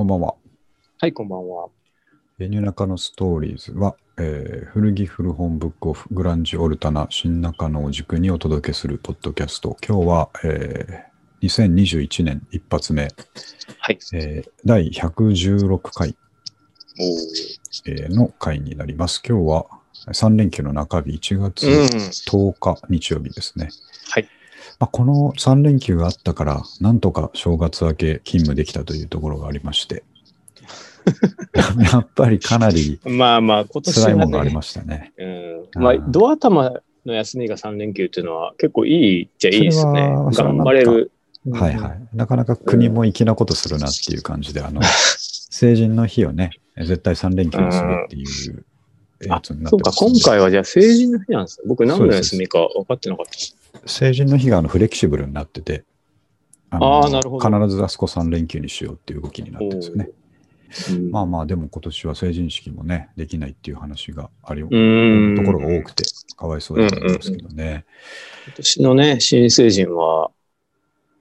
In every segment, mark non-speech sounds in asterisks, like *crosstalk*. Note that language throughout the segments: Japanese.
はい、こんばんは。家に中のストーリーズは、えー古着古本ブックオフグランジオルタナ新中野を軸にお届けするポッドキャスト今日は、えー2021年一発目、はい。えー第116回、おえーの回になります今日は3連休の中日1月うん。 10日日曜日ですね、はいまあ、この3連休があったからなんとか正月明け勤務できたというところがありまして *laughs* やっぱりかなりまあまあ、今年辛いものがはありね、ましたね。うん。まあ、うんドア頭の休みが3連休っていうのは結構いいっちゃいいですね。それは頑張れる。はいはい。なかなか国も粋なことするなっていう感じで、あの、成人の日をね、絶対3連休にするっていううん。やあ、つになっそてうか、ますね今回はじゃあ成人の日なんですね。僕何の休みか分かってなかった。成人の日があのフレキシブルになってて、ああーなるほど必ずあそこ3連休にしようっていう動きになってるんですよね。おーうんまあまあ、でも今年は成人式もね、できないっていう話があり、うん。ところが多くて、かわいそうだと思うんですけどね。今年のね、新成人は、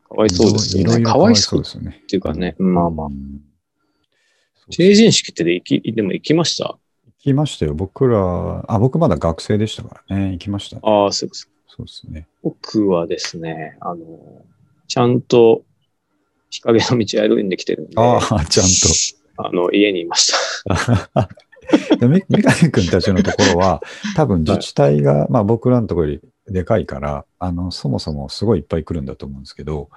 かわいそうですよいろいね。ろかかわわいいそそううっですよね。ていうかね。まあまあう。ん成人式ってで行き、でも行きました行きましたよ。僕ら、あ、僕まだ学生でしたからね。行きました。ああ、そうです。そうですね。僕はですね、あの、ちゃんと日陰の道を歩んできてるんで、ああ、ちゃんあの、家にいま *laughs* した。と。でメメガネ君たちのところ *laughs* は、多分自治体が、まあ僕らのところよりでかいから、あの、そもそもすごいいっぱい来るんだと思うんですけど、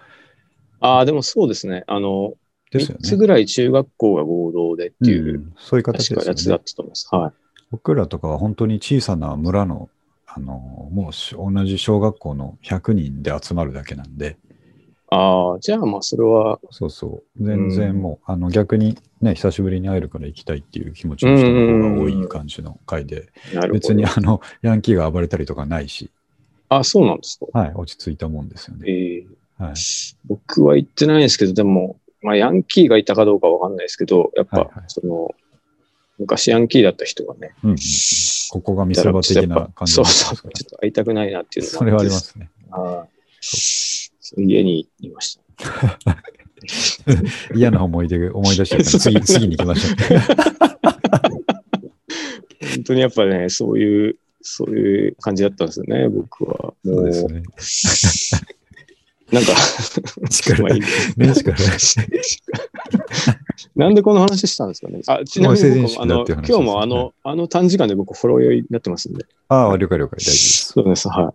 ああ、でもそうですね。あの、ですよ3つね。ぐらい中学校が合同でっていう、ん、そういう形確でかやすつよだっね。たと思います。はい。僕らとかは本当に小さな村の、あの、もうし同じ小学校の100人で集まるだけなんで、ああ、じゃあまあそれは、そうそう。全然もう、あの逆にね、久しぶりに会えるから行きたいっていう気持ちのう人んうんうのん方が多い感じの回で、なるほど。別にあの、ヤンキーが暴れたりとかないし、あそうなんですか。はい、落ち着いたもんですよね。えーはい。僕は行ってないですけど、でも、まあヤンキーがいたかどうかわかんないですけど、やっはいはぱい、その、昔ヤンキーだった人がね、うんうん。ここが見せ場的な感じそうですそかう、らちょっと会いたくないなっていうのもそれはあります *laughs* ね。ああそう家にいました。嫌な思い出、思い出してるから *laughs* 次、次に行きましょう。本当にやっぱね、そういう、そういう感じだったんですよね、僕は。も *laughs* そうですね。なんか、力まあいい年始から。なんでこの話したんですかね。あ、ちなもみう成に人僕も式あだの、っていう今話日もあの、はあの短時間で僕、フォロー酔いになってますんで。ああ、了解了解、大丈夫です。そうです、は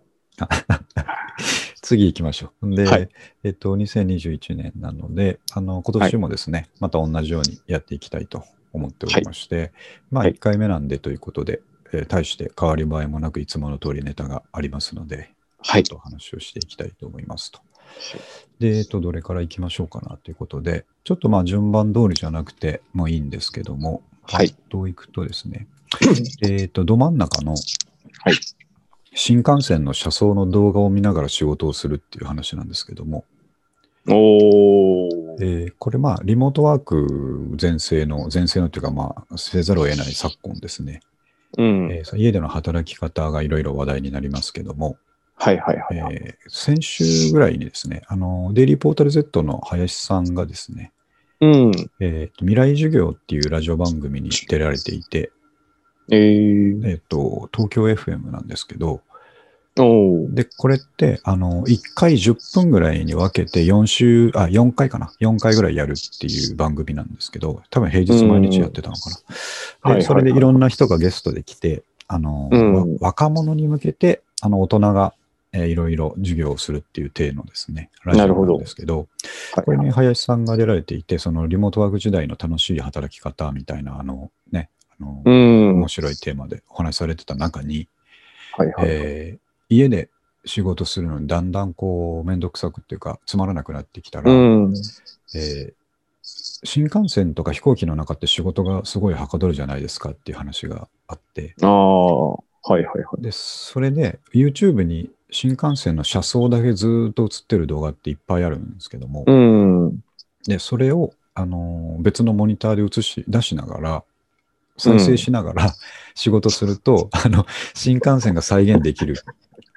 次行きましょう。で、はいえっと、2021年なので、あの、今年もですね、また同じようにやっていきたいと思っておりまして、まあ、はい1回目なんでということで、えー大して変わり映えもなく、いつもの通りネタがありますので、い。はいち。ょっとお話をしていきたいと思いますと。で、えっと、どれから行きましょうかなということで、ちょっとまあ、順番通りじゃなくてもいいんですけども、はい。どういくとです *laughs* ね、えっと、ど真ん中の、はい新幹線の車窓の動画を見ながら仕事をするっていう話なんですけども、おー。えーこれまあ、リモートワーク全盛の、全盛のというかまあ、せざるを得ない昨今ですね。うん。えーその家での働き方がいろいろ話題になりますけども、はいはいはえいはい。ー先週ぐらいにですね、あの、デイリーポータル Z の林さんがですね、うん。えー未来授業っていうラジオ番組に出られていて、えー。えっ、と、東京 FM なんですけど、おー。で、これって、あの、1回10分ぐらいに分けて4週、あ、4回かな ?4 回ぐらいやるっていう番組なんですけど、多分平日毎日やってたのかうんな。はいはいはいで、それでいろんな人がゲストで来て、あの、うんわ若者に向けて、あの、大人が、えーいろいろ授業をするっていう体のですね、ラジなるオほどなんですけど、こはいれはいに林さんが出られていて、そのリモートワーク時代の楽しい働き方みたいな、あの、ね、あの、うん。は面白いテーマでお話しされてた中に、いはい。えー家で仕事するのにだんだんこう面倒くさくっていうかつまらなくなってきたら、うん。えー新幹線とか飛行機の中って仕事がすごいはかどるじゃないですかっていう話があってああ。はいはいはい。でそれで YouTube に新幹線の車窓だけずーっと映ってる動画っていっぱいあるんですけども、うん。でそれを、あのー別のモニターで映し出しながら再生しながら仕事すると、あの新幹線が再現できるっ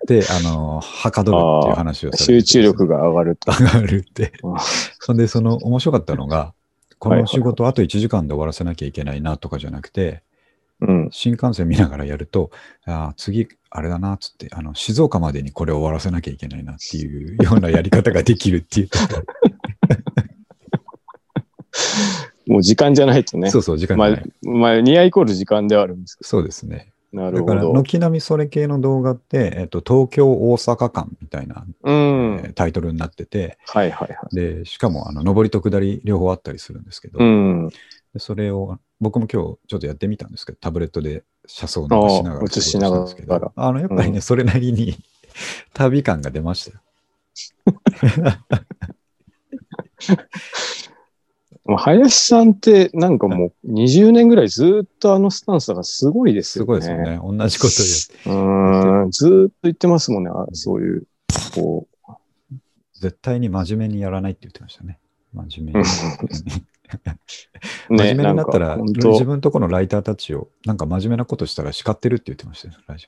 て、あのーはかどるっていう話をされて集中力が上がると。上がるってあ。そんで、その面白かったのが、この仕事あと1時間で終わらせなきゃいけないなとかじゃなくて、うん。新幹線見ながらやると、あー次、あれだなっつってあの、静岡までにこれ終わらせなきゃいけないなっていうようなやり方ができるっていう。もう時間じゃないとね。そうそう、時間まがあない。、まあ、2アイコール時間ではあるんですけそうですね。ど。なるだかほら、ど。軒並みそれ系の動画って、えっと、東京、大阪間みたいな、うん。はえいータイトルになってて、はいはい。で、しかも、あの、上りと下り両方あったりするんですけど、うん。でそれを、僕も今日ちょっとやってみたんですけど、タブレットで車窓を流しながああら、映しながら仕事をしたんですけどあの、やっぱりね、それなりに *laughs* 旅感が出ましたよ。まあ林さんってなんかもう20年ぐらいずっとあのスタンスがすごいですすよね。ごいですよね。同じこと言う。うーんずーっと言ってますもんね、あそういう、こう。絶対に真面目にやらないって言ってましたね。真面目に。ね、真面目になったんら、か本自当分とこのライターたちを、なんか真面目なことしたら叱ってるって言ってましたよ、ラジ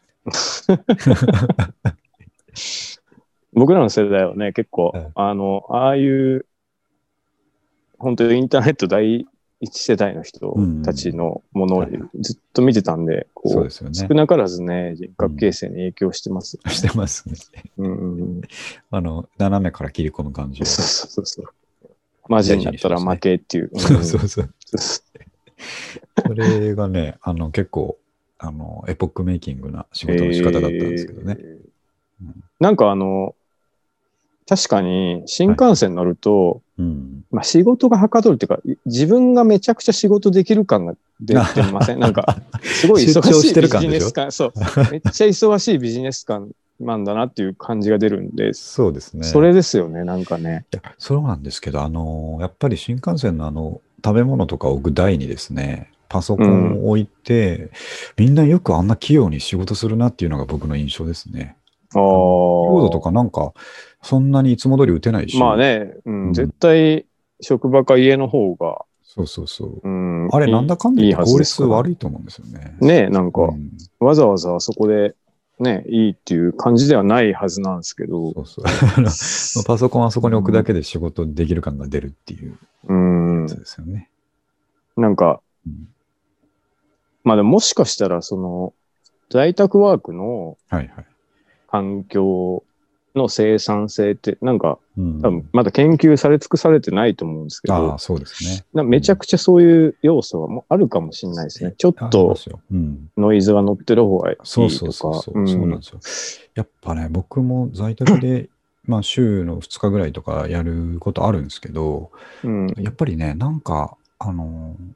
僕らの世代はね、結構、うんあの、ああいう、本当にインターネット第一世代の人たちのものをうんずっと見てたんで、オ。そうこですよう、ね少。なからずね、人格形成に影響してますよね、してますね。 *laughs* うんうんうんあの、斜めから切り込む感じそうを。そそうそうそう。マジになったら負けっていう。う *laughs* そうそう。それがね、あの、結構、あの、エポックメイキングな仕 *laughs* 事の仕方だったんですけどね。えーうんなんかあの、確かに新幹線乗ると、うん。まあ、仕事がはかどるっていうか、い自分がめちゃくちゃ仕事できる感が出て *laughs* ませんなんか、すごい出忙張ししいてビる感ジでネしょス *laughs* 感、そう。めっちゃ忙しいビジネス感なんだなっていう感じが出るんで、そうですね。それですよね、なんかね。いやそうなんですけど、あのやっぱり新幹線のあの食べ物とかを具体にですね、パソコンを置いて、みんなよくあんな器用に仕事するなっていうのが僕の印象ですね。キああ。ーボードとかなんか、そんなにいつも通り打てないし、まあね、う、うんん絶対、職場か家の方が、そうそうそう。うん。あれ、なんだかんだ言って効率いいはず悪でいと思うんですよね。すからね、なんか、うんわざわざそこで、ね、いいっていう感じではないはずなんですけど、そう *laughs* そう。あのパソコンあそこに置くだけで仕事できる感が出るっていううんやつ。ですよね。なんか、うんまあでももしかしたら、その、在宅ワークのはいはい。環境の生産性って、なんか、うん多分まだ研究され尽くされてないと思うんですけあどあ、、そうですね。なめちゃくちゃそういう要素はもうあるかもしれないですね。ちあょっりまとすよ。うん。ノイズが乗ってる方がいいとか。そうそうそうそう、んそうなんですよ。やっぱね、僕も在宅 *laughs* で、まあ、週の2日ぐらいとかやることあるんですけど、うんやっぱりね、なんか、あのー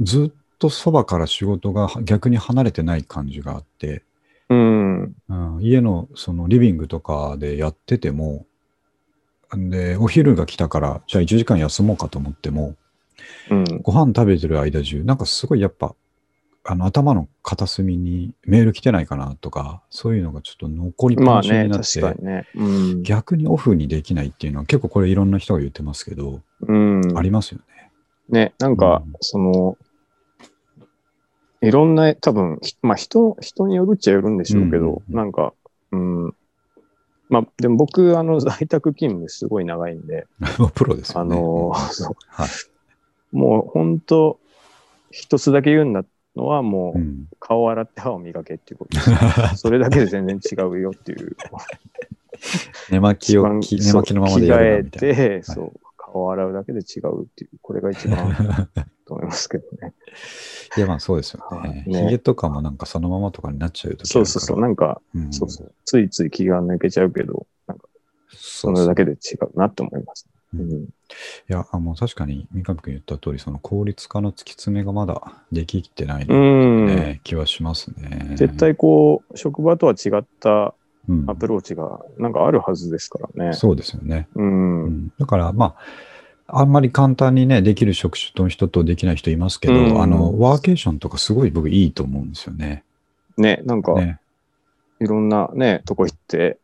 ずっとそばから仕事が逆に離れてない感じがあって、うん。うん、家のそのリビングとかでやってても、んで、お昼が来たから、じゃあ1時間休もうかと思っても、うん。ご飯食べてる間中、なんかすごいやっぱ、あの頭の片隅にメール来てないかなとか、そういうのがちょっと残りっぱまあなしにね、なっ確て、かにね。うん。逆にオフにできないっていうのは結構これいろんな人が言ってますけど、うんありますよね。 *laughs* ね、なんか、うんその、いろんな、多分、ひまあ人、人によるっちゃよるんでしょうけど、うんなんか、うん、まあ、でも僕、あの、 *laughs* 在宅勤務すごい長いんで、もうプロですあよね。の、 *laughs* そうはいもう本当、一つだけ言うんだのは、もうう、ん、顔を洗って歯を磨けっていうことで *laughs* す。それだけで全然違うよっていう。寝巻き一を番きそ寝う巻きのままでやるなみ着た替えいて、そう、顔を洗うだけで違うっていう、これが一番 *laughs* な。と思いますけどね。いやまあそうですよはいね。ねひげとかもなんかそのままとかになっちゃうとそうそうそう、なんか、そうそう。ついつい気が抜けちゃうけど、なんか、そそれだけで違うなって思います。うん。いや、あもう確かに三上君言った通り、その効率化の突き詰めがまだでききってない、うねん。気はしますね。絶対こう、職場とは違ったうん、アプローチが、なんかあるはずですからね。そうですよね。う。うんん、だから、まあ、あんまり簡単にね、できる職種の人とできない人いますけど、うんあの、ワーケーションとかすごい僕いいと思うんですよね。ね、なんか、ね。いろんなね、とこ行って、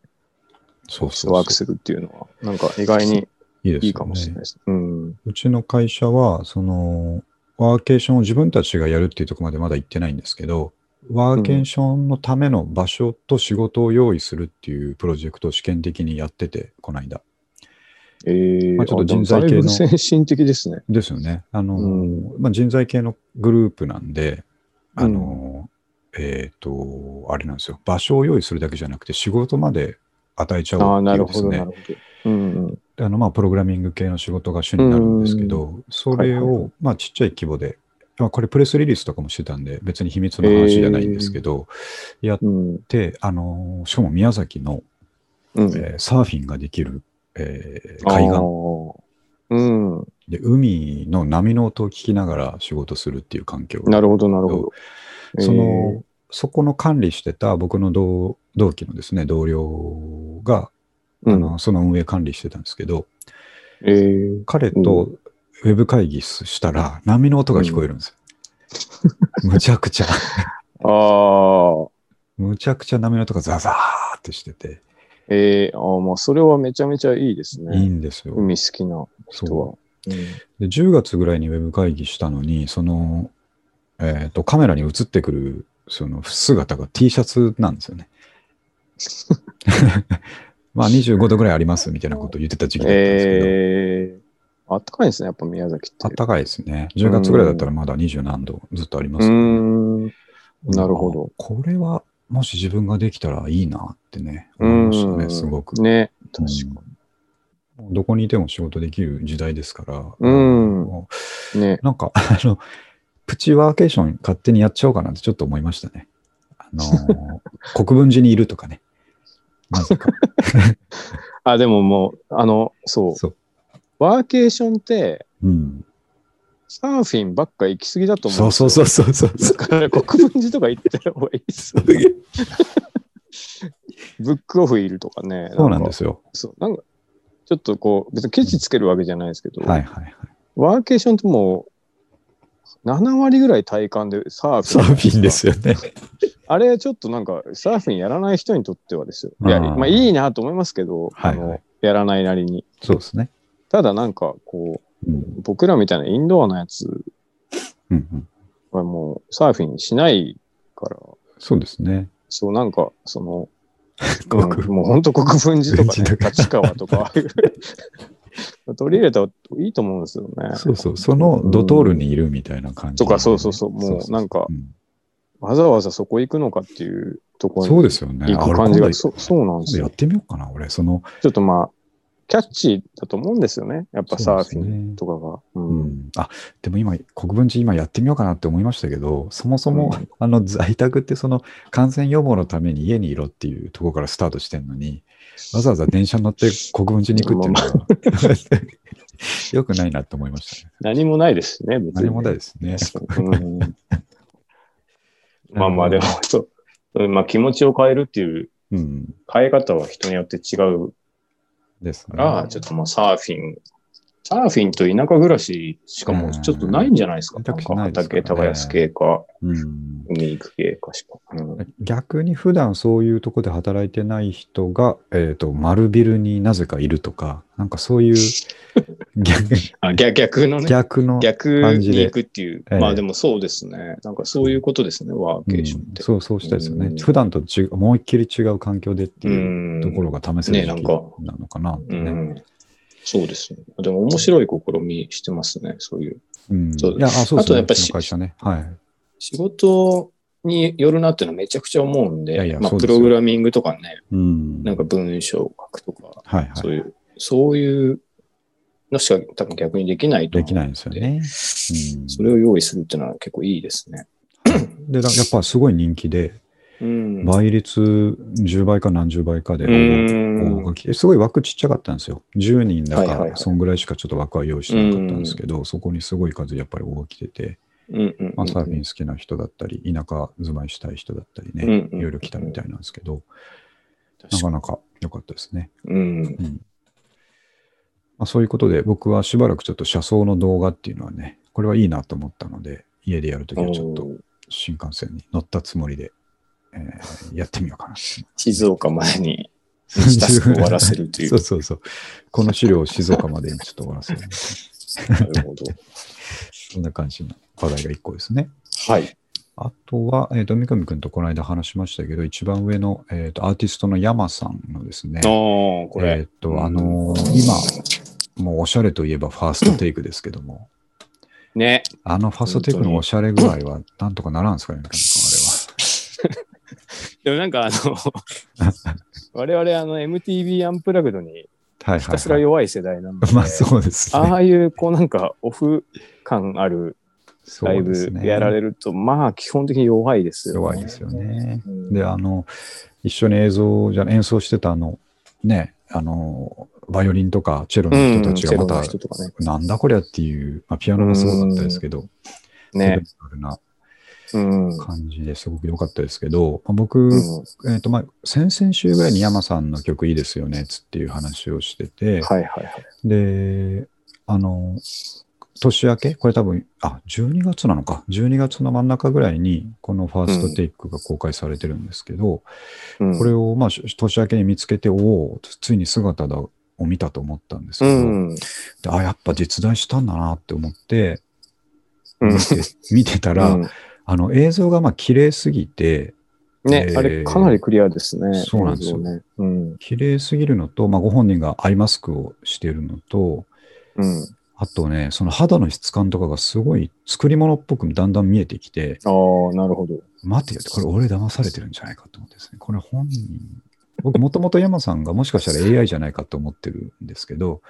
そうそうそうワークするっていうのは、なんか意外にいいですよねいいかもしれないです。うん。うちの会社は、その、ワーケーションを自分たちがやるっていうところまでまだ行ってないんですけど、ワーケーションのための場所と仕事を用意するっていうプロジェクトを試験的にやってて、この間。えー、まあちょっと人材系のあでもだいぶ先進的ですね。ですよね。あの、うまあ、人材系のグループなんで、あの、えっ、と、あれなんですよ。場所を用意するだけじゃなくて、仕事まで与えちゃあおうあ、ってないるうでほすど、ねなる。ほど。うんうん。あの、まあ、プログラミング系の仕事が主になるんですけど、それはいはいはを、まあ、ちっちゃい規模で、まあ、これプレスリリースとかもしてたんで、別に秘密の話じゃないんですけど、やっうんて、あの、しかも宮崎の、うん、えーサーフィンができる、えー海海岸うん。で、海の波の音を聞きながら仕事するっていう環境なるほど、なるほど。そえの、そこの管理してた僕の同同期のですね、同僚が、ー、あうんのその運営管理してたんですけど、えー、彼とウェブ会議したら波の音が聞こえるんですよ。むちゃくちゃ、ああ、むちゃくちゃ波の音がザザーってしてて、えー、あーまあ、それはめちゃめちゃいいですいいね。んですよ。海好きな人そは。うんうで10月ぐらいにウェブ会議したのに、その、えっとカメラに映ってくるその姿が T シャツなんですよね。まあ25度ぐらいありますみたいなことを言ってた時期だったんですけど、えー、あったかいんですね、やっぱ宮崎って。あったかいですね。10月ぐらいだったらまだ二十何度ずっとありまうす、ーん。なるほど。これは、もし自分ができたらいいなってね、思いましたうね、んすごく。ね、確かうんどこにいても仕事できる時代ですから、うんもに。ねう、なんか、あの、プチワーケーション勝手にやっちゃおうかなってちょっと思いましたね。あの *laughs* ー、国分寺にいるとかね。なぜか。あ、でももう、あの、そう。そう。ワーケーションって、うん。サーフィンばっか行き過ぎだと思うそんうですそよ。うそうそうそう。だから国分寺とか行った方がいいっす。ブックオフいるとかね。。そうなんですすよ。そうなんかちょっとこう、別にケチつけるわけじゃないですけど、はいはいはい。ワーケーションってもう、7割ぐらい体感でサーフィン。サーフィンですよね。あれ、ちょっとなんか、サーフィンやらない人にとってはですよ。うんいやまあ、いいなと思いますけど、はいはいあのやらないなりに。そうですね。ただなんか、こうんう、僕らみたいなインドアのやつうんうん、はもう、サーフィンしないから、そうですね。そう、なんか、そ *laughs* の、ごうんくもう本当国分寺とか、国分ね、寺とか立川 *laughs* とか、ああいう取り入れたらいいと思うんですよね。そうそう、そのドトールにいるみたいな感じ、とか、そうそうそう、もうなんか、うんわざわざそこ行くのかっていうとこそろうにですよね。行あく俺感じ今が、度そうそうなんですやっよ。てみようかな、俺。その、ちょっとまあ、キャッチーだと思うんですよね。やっぱサーフィそうですンねとかが。ううんん、あでも今、国分寺、今やってみようかなって思いましたけど、そもそも、うあの在宅って、その感染予防のために家にいろっていうところからスタートしてんのに、わざわざ電車に乗って国分寺に行くっていうのは、 *laughs* *laughs* よくないなって思いましたね。何もないですしね、別に。何もないですね。 *laughs* うんまあまあ、でも、そう。まあ、気持ちを変えるっていう、うん。変え方は人によって違うですね。から、ちょっとまあサーフィン、サーフィンと田舎暮らししかもうちょっとないんじゃないですか。うんなんか選択肢ない畑ですからね耕す系か、うん海行く系かしか。うん逆に普段そういうとこで働いてない人が、えっと丸ビルになぜかいるとかなんかそう *laughs* いう逆あ逆逆のね、逆の逆感じでに行くっていう。ええまあでもそうですね。なんかそういうことですね、ワーケーションっうんて。そうそうしたいですよね、うん普段と違う思いっきり違う環境でっていううん。ところが試せるねな時ん期かなのかなってうねん。そうですね。でも面白い試みしてますね、そういう。うんそういやあそうであすとやねっぱうちしの会社ねはい仕事によるなっていうのはめちゃくちゃ思うんで、いやいやまあそうプですよログラミングとかね、うんなんか文章を書くとか、はいはそういいう、そういうのしか多分逆にできないと。できないいんですよね、うん、それを用意するっていうのは結構いいですね。でだやっぱすごい人気でうん。倍率10倍か何十倍かで応募応募が来て、すごい枠ちっちゃかったんですよ。10人だはいかはいはら、いそんぐらいしかちょっと枠は用意してなかったんですけど、そこにすごい数やっぱり応募来てて、うんうんまあ、サーフィン好きな人だったり、田舎住まいしたい人だったりうんね、うんいろいろ来たみたいなんですけど、な確かかなか良かったですね。にうん。うんまあ、そういうことで、僕はしばらくちょっと車窓の動画っていうのはね、これはいいなと思ったので、家でやるときはちょっおとー新幹線に乗ったつもりで、えーやってみようかなって静岡までに *laughs* タスクを終わらせるというそうそうそう。この資料を静岡までにちょっと終わらせる。なるほど。そんな感じの話題が1個ですね。 *laughs* はい。あとは、えっ、と、三上くんとこの間話しましたけど、一番上の、えっ、と、アーティストの山さんのですねああ、、こえっれ。、と、あのー今、もうおしゃれといえばファーストテイクですけども、ね。あのファーストテイクのおしゃれ具合はなんとかならんすかね、三上でもなんかあの、 *laughs* 我々あの MTV アンプラグドに君あれは。はいひはたすらい、は弱い世代なので、い。 *laughs* まあそうですね。ああいうこうなんかオフ感あるライブやられる。ると、まあ基本的に弱いですよ、弱いですよね。うんで、あの、一緒に映像じゃ演奏してたあの、ね、あの、バイオリンとかチェロの人たちがまうんた、チェロの人とかねなんだこりゃっていう、まあ、ピアノがすごかったですけど、ね。テクニカルなうん。感じですごく良かったですけど、まあ、僕、えっとまあ、先々週ぐらいに山さんの曲いいですよねっつっていう話をしてて、はいはいはい。で、あの、年明け、これ多分、あ、12月なのか、12月の真ん中ぐらいに、このファーストテイクが公開されてるんですけど、うんこれを、まあ、し年明けに見つけて、おお、ついに姿だを見たと思ったんですけうど、ん。であ、やっぱ実在したんだなって思って、うん見て見てたら、うんあの映像がまあ綺麗すぎて、ね、えーあれかなりクリアですね。そうなんですよ映像ね。うん。綺麗すぎるのと、まあ、ご本人がアイマスクをしているのと、うん。あとね、その肌の質感とかがすごい作り物っぽくだんだん見えてきて、ああ、なるほど。待てよって、これ俺騙されてるんじゃないかと思ってですね、これ本人、僕もともと山さんがもしかしたら AI じゃないかと思ってるんですけど、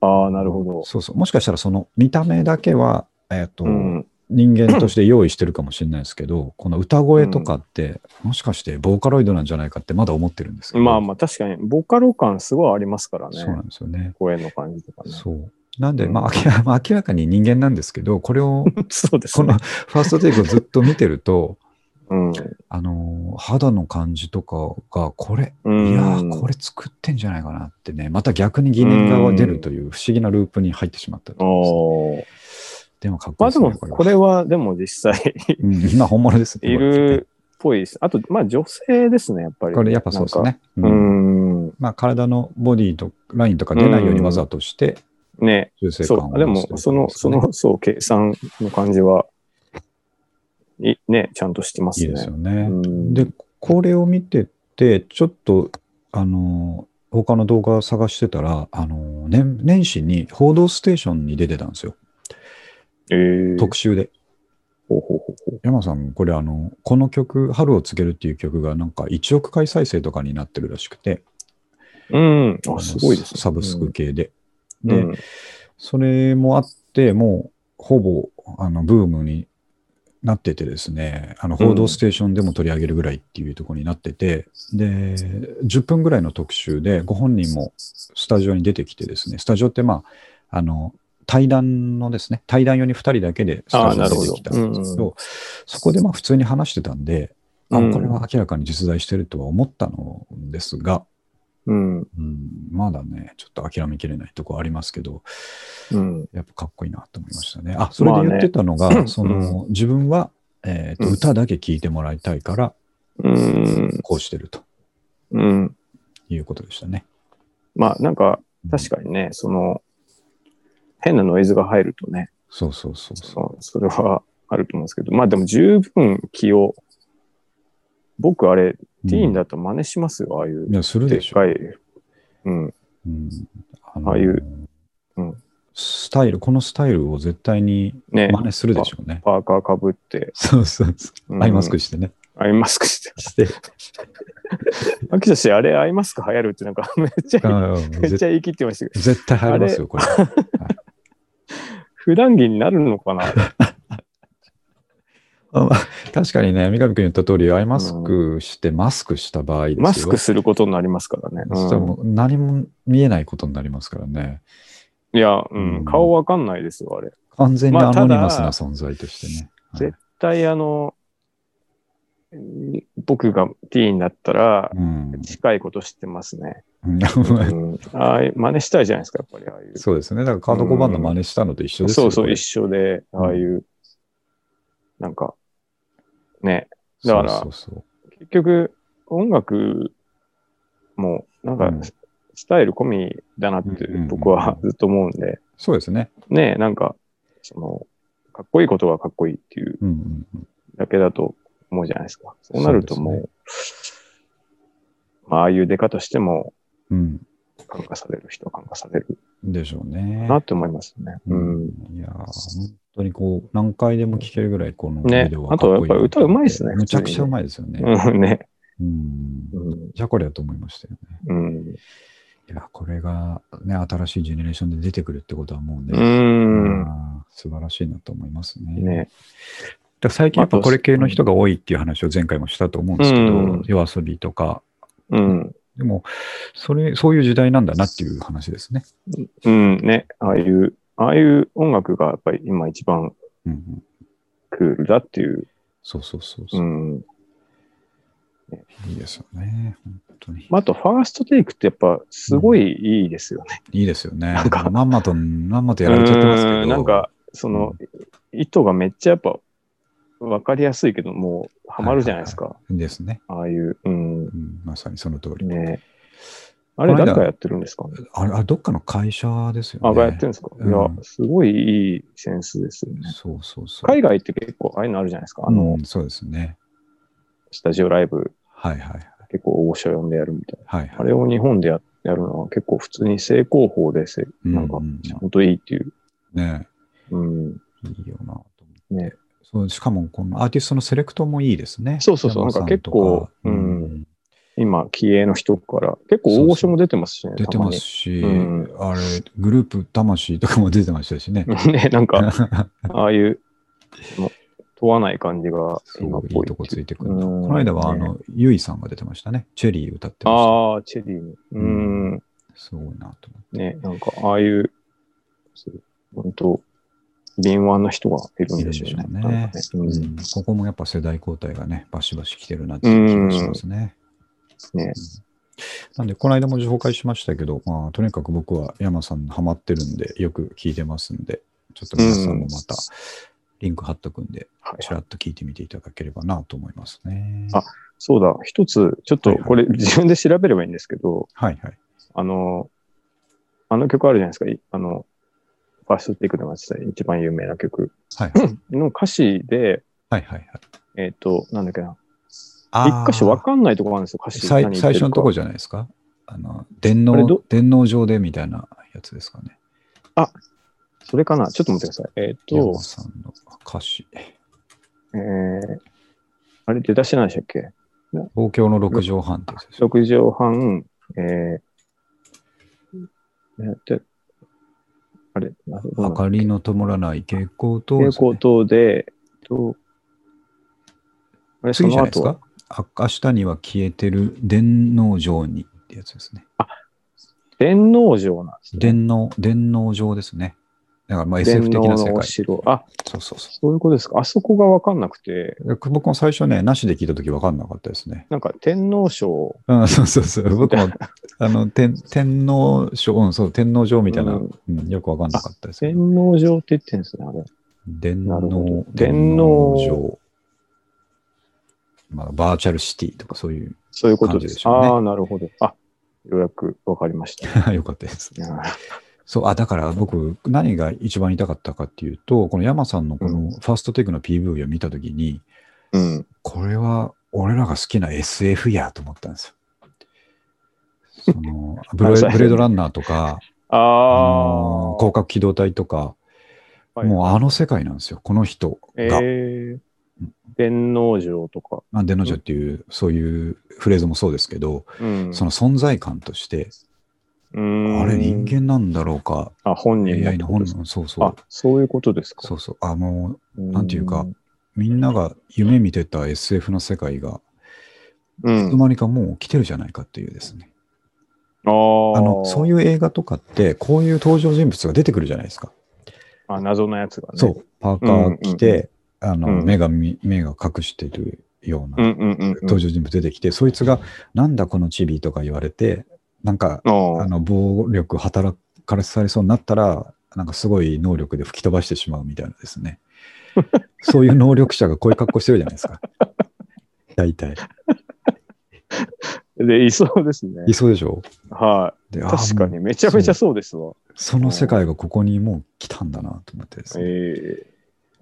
ああ、なるほど。そうそう、もしかしたらその見た目だけは、えっとうん。人間として用意してるかもしれないですけど、この歌声とかって、もしかしてボーカロイドなんじゃないかってまだ思ってるんですけど、まあまあ確かに、ボカロ感すごいありますからね。そうなんですよね。声の感じとかね。そう。なんで、うんまあ、明らまあ明らかに人間なんですけど、これを、 *laughs* そうですこのね。ファーストテイクをずっと見てると、うん。あのー肌の感じとかが、これ、いうんやー、これ作ってんじゃないかなってね、また逆に疑念が出るという不思議なループに入ってしまったと思いますおーでもかっこまいいあですでね、も、これは、でも実際うん、まあ本物ですねいるっぽいです。あと、まあ女性ですね、やっぱり。これやっぱそうですなんか。ね。ううんん。まあ、体のボディとラインとか出ないようにわざとして、ね。修正そ感をう。でも、その、その、そう、計算の感じは、いね、ちゃんとしてますいね。いですよねう。んで、これを見てて、ちょっと、あの、他の動画探してたら、あの、年年始に報道ステーションに出てたんですよ。えー、特集で。ほうほうほうほう山さん、これあの、この曲、春を告げるっていう曲がなんか1億回再生とかになってるらしくて、うん。あのあ、すごいですね。サブスク系で。うん。で、うんそれもあって、もうほぼあのブームになっててですね、あの報道ステーションでも取り上げるぐらいっていうところになってて、で、10分ぐらいの特集で、ご本人もスタジオに出てきてですね、スタジオってまあ、あの、対談のですね、対談用に2人だけでスタジオに出てきたんですけど、あーなるほどうんうそこでまあ普通に話してたんで、あうんこれは明らかに実在してるとは思ったのですが、うん。うん、まだね、ちょっと諦めきれないとこありますけど、うん。やっぱかっこいいなと思いましたね。あ、それで言ってたのが、その、自分は、えーとうん歌だけ聴いてもらいたいから、うん。こうしてるとうん。いうことでしたね。まあ、なんか、確かにね、その、変なノイズが入るとね、そうそうそうそう。そうそれはあると思うんですけど、まあでも十分気を、僕あれ、ティーンだと真似しますよ、ああい、うんいうや、するででっしょ。かい。うん。うんあああいううんスタイル、このスタイルを絶対にね、真似するでしょうね。パーカーかぶって、そうそうそうう。んアイマスクしてね。アイマスクして。 *laughs* して。秋田氏、あれ、アイマスク流行るってなんか、めっちゃ、ああめっち絶ゃ言い切ってましたけど、絶対入りますよ、これ。普段着になる *laughs* のかなあまあ確かにね、三上君言った通り、アイマスクして、マスクした場合ですよ。マスクすることになりますからね。そしたらうんもう何も見えないことになりますからね。いや、ううんん、顔わかんないですよ、あれ。絶完全にまあアノニマスたなだ存在としてね。はい絶対、あの、うん僕がティーンだったら、うん近いこと知ってますね。ううんん、ああいう真似したいじゃないですか、やっぱり、ああい *laughs* う。そうですね。だからカード5番の真似したのと一緒ですそようそう、これ一緒で、うんああいう、なんか、ね、だからそうそうそう結局、音楽も、なんうかん、スタイル込みだなってうんうんうん、僕はずっと思うんで、そうですね。ね、なんか、その、かっこいいことがかっこいいっていううんうんうんだけだと思うじゃないですか。そうなるともう、そうまあ、ああいう出方してもうん。か感化される人は感化されるでしょうね。なって思いますね。うん。いやー、本当にこう、何回でも聴けるぐらい、このねビデオはかっこいいあとやっぱ歌うまいですねむちゃくちゃうまいですよね。うん、 *laughs* ね。うん。うん。じゃあこれやと思いましたよね。うん。いや、これがね、新しいジェネレーションで出てくるってことはもううね、ん。あー素晴らしいなと思いますね。ね。だから最近やっぱこれ系の人が多いっていう話を前回もしたと思うんですけど、うん夜遊びとか、うん。でも、それ、そういう時代なんだなっていう話ですね。うん。ね。ああいう、ああいう音楽がやっぱり今一番うんうん、クールだっていう。そうそうそうそうう、ん。いいですよね。本当に。まああと、ファーストテイクってやっぱすごいいいですよね。いいですよね。なんかまんまと、まんまとやられちゃってますけうど。んなんか、その、意図がめっちゃやっぱ分かりやすいけど、もうハマるじゃないですか。ですね、ああいう、うん。うん。まさにその通り。ねあれ、誰がやってるんですかねあれ、あれどっかの会社ですよね。あ、がやってるんですか、うんいや、すごいいいセンスですよね。そうそうそう。海外って結構ああいうのあるじゃないですか。あの、うんそうですね。スタジオライブはいはい結構大御所呼んでやるみたいはい。な。あれを日本でややるのは結構普通に正攻法でせ、なんかうんうんうんちゃんといいっていう。ねうん。いいよなと思って。ねそうしかも、このアーティストのセレクトもいいですね。そうそうそう山さなんか結構とかうん今、気鋭の人から、結構大御所も出てますしね。出てますし、たまにあれ、グループ魂とかも出てましたしねた。まに *laughs* ね、なんか、 *laughs* ああいう、もう問わない感じがす今っごいいいぽいとってこいう。ついてくる。うんこの間は、あねの、ゆいさんが出てましたね。チェリー歌ってまああ、チェリーに。うんした。すごいなと思って。ね、なんか、ああいう、そう本当、敏腕な人がいるんでしょうね。いるんでしょうねなんかううんんここもやっぱ世代交代がね、バシバシ来てるなっていう気がしますね。ねなんで、この間も紹介しましたけど、まあ、とにかく僕は山さんにハマってるんで、よく聞いてますんで、ちょっと皆さんもまたリンク貼っとくんで、はいちらっと聞いてみていただければなと思いますね。あそうだ、一つ、ちょっとはいはいこれ自分で調べればいいんですけど、はいはい。あの、あの曲あるじゃないですか、いあの、ファーストテイクでもやってた一番有名な曲はいはい。の歌詞で、はいはいはい。えっ、と、なんだっけな、あ一ー箇所わかんないとこあるんですよ、歌詞。最何言って最る初かのとこじゃないですか。あの、電あれ脳ど、電脳上でみたいなやつですかね。それかな、ちょっと待ってください。えっ、山と、さんの歌詞。えー、あれ出だしなんでしたっけ東京の6畳半ってやつですよ。 6畳半、えー、ねであれ、などうな明んだかりの灯らない蛍光灯蛍ですね、光灯で、と、あれ、そ次じゃのないです後はか。あ明日には消えてる電脳城にってやつですね。電脳城なんですね。電脳、電脳城ですね。だからまあ SF 的電な脳世のお界。城。あ、そうそうそそういうことですか。あそこがわかんなくて、う。僕も最初ね、なしで聞いたとき分かんなかったですね。なんか天皇賞うん、そうそうそう。僕 *laughs* も、あの、天天皇賞、うん、そう、天皇城みたいな、ううんんよく分かんなかったですね。天皇城って言ってるんですね、あれ。電なるほ脳ど、電脳城。まあ、バーチャルシティとかそういう、 *laughs* そういうこと感です。じでしょうねああ、なるほど。あ、ようやくわかり *laughs* ました。よかったです。うんそう、あ、だから僕、何が一番痛かったかっていうと、この山さんのこうんのファーストテイクの PV を見たときに、うん。これは俺らが好きな SF やと思ったんですよ。そ *laughs* のブレあそうブレードランナーとか、 *laughs* あああ、の広角機動隊とか、はいもうあの世界なんですよ、この人が。えーうん、天皇城とか。まあ、デノジャっていう、そういうフレーズもそうですけど、うんその存在感として、うーんあれ人間なんだろうか、あ、本人が AI の本能、そうそあう、、そういうことですか。そうそう、あ、もうななんていうか、みんなが夢見てた SF の世界が、ういつのん。間にかもう来てるじゃないかっていうですね。あ、あの、そういうう映画とかって、こういう登場人物が出てくるじゃないですか。あ謎のやつがね。そ。う、パーカー着て、あうの、ん目がみ、目が隠してるよううんなうんうんうん。登場人物出てきて、そいつが、なんだこのチビとか言われて、なんか、あああの、暴力働かされそうになったら、なんかすごい能力で吹き飛ばしてしまうみたいなです *laughs* ね。そういう能力者がこういう格好してるじゃないですか。大体。で、いそうですねい。そうでしょはい。で、あー確かもに、めちゃめちゃそうですわ。うその世界がここにもう来たんだなと思ってですえね。え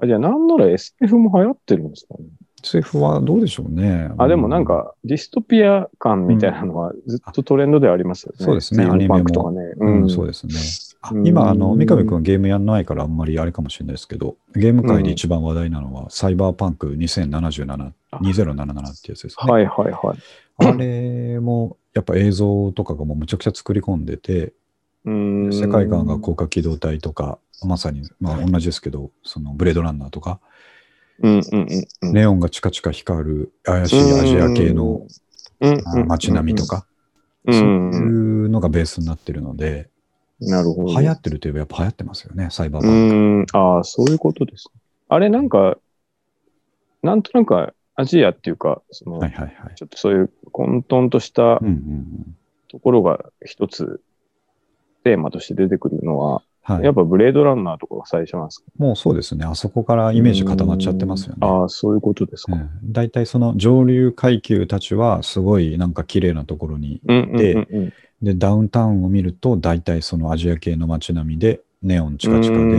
あじゃあ、なんなら SF も流行ってるんですかね。 SF はどうでしょうね。あ、でもなんか、ディストピア感みたいなのはずっとトレンドではありますよね。そうですねジーンアニメもパンクとかね。うん、うんそうでですね。あうん今、あの、三上くんはゲームやんないからあんまりあれかもしれないですけど、ゲーム界で一番話題なのは、サイバーパンク2077、2077ってやつですね。はいはいはい。あれも、やっぱ映像とかがもうむちゃくちゃ作り込んでて、うーん世界観が高架機動隊とか、まさに、まあ同じですけど、そのブレードランナーとか、うんうんうんうん。ネオンがチカチカ光る怪しいアジア系のうんあの街並みと。か、うんうんそううんいうのがベースになってるので、なるほど。流行ってるといえばやっぱ流行ってますよね、サイバーうパンク。ーん、ああ、そういうことですね。あれ、なんか、なんとなくアジアっていうか、そのはいはいはい。ちょっとそういう混沌としたうんうんうん。ところが一つテーマとして出てくるのは、はやいっ。ぱブレードランナーとかが最初なんですかもうそうですね、あそこからイメージ固まっちゃってますよね。ああ、そういうことですうか。ん大体その上流階級たちはすごいなんか綺麗なところに、うんうんうんうん。で、ダウンタウンを見ると大体そのアジア系の街並みで、ネオンチカチカうー